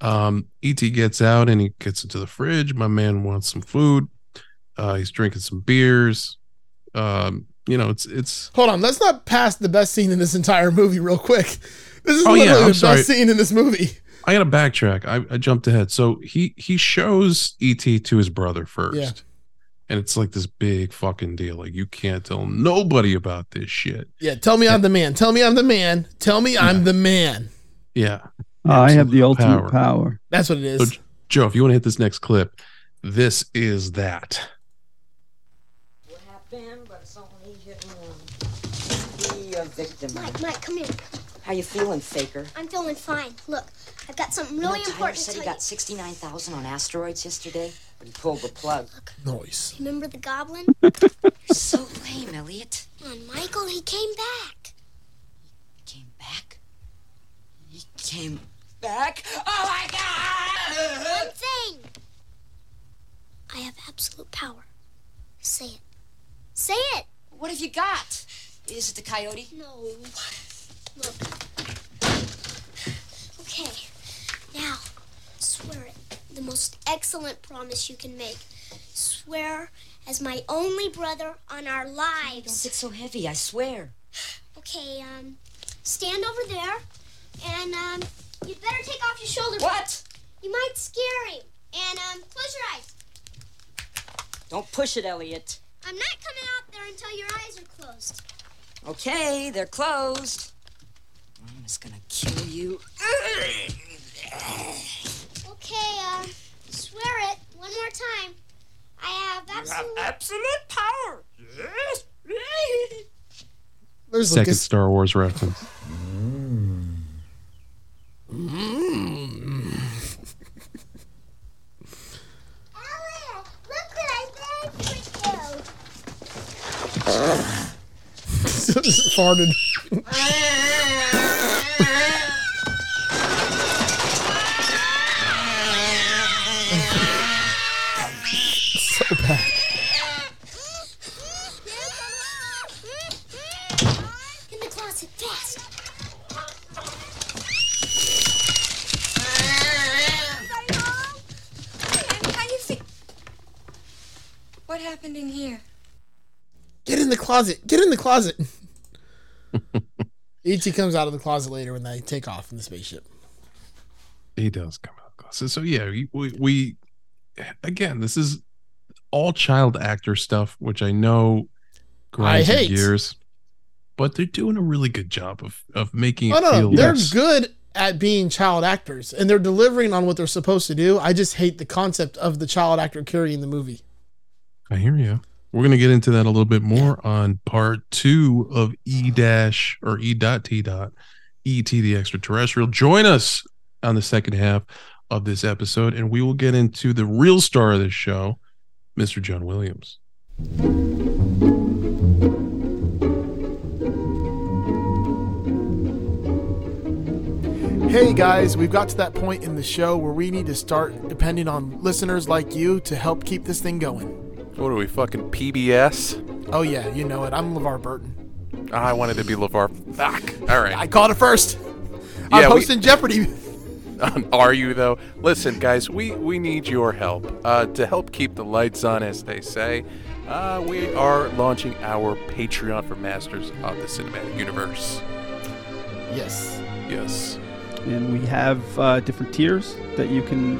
[SPEAKER 3] Um, ET gets out and he gets into the fridge. My man wants some food. Uh, he's drinking some beers. Um, you know, it's it's
[SPEAKER 2] Hold on, let's not pass the best scene in this entire movie real quick. This is
[SPEAKER 3] Oh, yeah,
[SPEAKER 2] literally
[SPEAKER 3] I'm
[SPEAKER 2] the
[SPEAKER 3] sorry.
[SPEAKER 2] best scene in this movie.
[SPEAKER 3] I gotta backtrack. I, I jumped ahead. So he he shows ET to his brother first,
[SPEAKER 2] Yeah.
[SPEAKER 3] and it's like this big fucking deal. Like you can't tell nobody about this shit.
[SPEAKER 2] Yeah, tell me I'm the man. Tell me I'm the man. Tell me I'm the man.
[SPEAKER 3] Yeah,
[SPEAKER 4] I have the
[SPEAKER 3] Absolute power.
[SPEAKER 4] ultimate power.
[SPEAKER 2] That's what it is.
[SPEAKER 3] So- Joe, if you want to hit this next clip, this is that.
[SPEAKER 9] What happened, but it's only getting um, Be a victim.
[SPEAKER 8] Mike, Mike, come here.
[SPEAKER 9] How you feeling, faker?
[SPEAKER 8] I'm feeling fine. Look, I've got something really
[SPEAKER 9] you know, Tyler
[SPEAKER 8] important
[SPEAKER 9] said
[SPEAKER 8] to
[SPEAKER 9] he
[SPEAKER 8] tell you.
[SPEAKER 9] got 69,000 on asteroids yesterday, but he pulled the plug.
[SPEAKER 2] Noise.
[SPEAKER 8] Remember the goblin?
[SPEAKER 9] You're so lame, Elliot.
[SPEAKER 8] Come on, Michael, he came back.
[SPEAKER 9] Came back? came back. Oh my god!
[SPEAKER 8] One thing. I have absolute power. Say it. Say it.
[SPEAKER 9] What have you got? Is it the coyote?
[SPEAKER 8] No. Look. Okay. Now, swear it. The most excellent promise you can make. Swear as my only brother on our
[SPEAKER 9] Don't
[SPEAKER 8] lives.
[SPEAKER 9] get so heavy, I swear.
[SPEAKER 8] Okay, um, stand over there, and um, you'd better take off your shoulder.
[SPEAKER 9] What?
[SPEAKER 8] You might scare him. And um, close your eyes.
[SPEAKER 9] Don't push it, Elliot.
[SPEAKER 8] I'm not coming out there until your eyes are closed.
[SPEAKER 9] Okay, they're closed. I'm just gonna kill you.
[SPEAKER 8] Okay, uh, swear it one more time. I have absolute.
[SPEAKER 9] absolute power. Yes.
[SPEAKER 2] There's
[SPEAKER 11] Second
[SPEAKER 2] Lucas.
[SPEAKER 11] Star Wars reference.
[SPEAKER 8] Elliot, look what I did for you.
[SPEAKER 2] farted. so bad.
[SPEAKER 8] In the closet, fast.
[SPEAKER 9] What happened in here?
[SPEAKER 2] Get in the closet. Get in the closet. E.T. comes out of the closet later when they take off in the spaceship.
[SPEAKER 11] He does come out glasses. So yeah, we, we we again, this is all child actor stuff, which I know grinds
[SPEAKER 2] I
[SPEAKER 11] your
[SPEAKER 2] hate.
[SPEAKER 11] gears, but they're doing a really good job of of making it
[SPEAKER 2] Oh no,
[SPEAKER 11] feel
[SPEAKER 2] no, they're
[SPEAKER 11] less-
[SPEAKER 2] good at being child actors and they're delivering on what they're supposed to do. I just hate the concept of the child actor carrying the movie.
[SPEAKER 11] I hear you. We're gonna get into that a little bit more on part two of E dash or E dot T dot ET the extraterrestrial. Join us on the second half of this episode, and we will get into the real star of this show, Mr. John Williams.
[SPEAKER 2] Hey guys, we've got to that point in the show where we need to start depending on listeners like you to help keep this thing going.
[SPEAKER 3] What are we fucking PBS?
[SPEAKER 2] Oh yeah, you know it. I'm LeVar Burton.
[SPEAKER 3] I wanted to be LeVar. Fuck. All right.
[SPEAKER 2] I called it first.
[SPEAKER 3] Yeah,
[SPEAKER 2] I'm
[SPEAKER 3] we-
[SPEAKER 2] hosting Jeopardy.
[SPEAKER 3] Um, Are you though? Listen, guys, we we need your help uh, to help keep the lights on, as they say. Uh, we are launching our Patreon for Masters of the Cinematic Universe.
[SPEAKER 2] Yes.
[SPEAKER 3] Yes.
[SPEAKER 4] and we have uh, different tiers that you can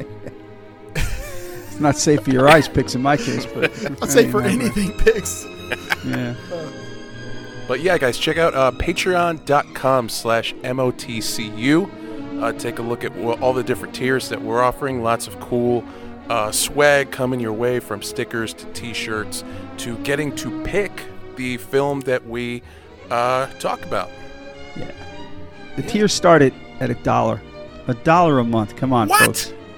[SPEAKER 4] It's not safe for your eyes picks in my case, but
[SPEAKER 2] I'll say for anything picks.
[SPEAKER 4] Yeah.
[SPEAKER 3] But yeah, guys, check out uh, patreon.com slash MOTCU. Uh, take a look at wha- all the different tiers that we're offering. Lots of cool uh, swag coming your way from stickers to t shirts to getting to pick the film that we uh, talk about.
[SPEAKER 4] The tiers start at, at a dollar, a dollar a month. Come on,
[SPEAKER 3] What?
[SPEAKER 4] folks.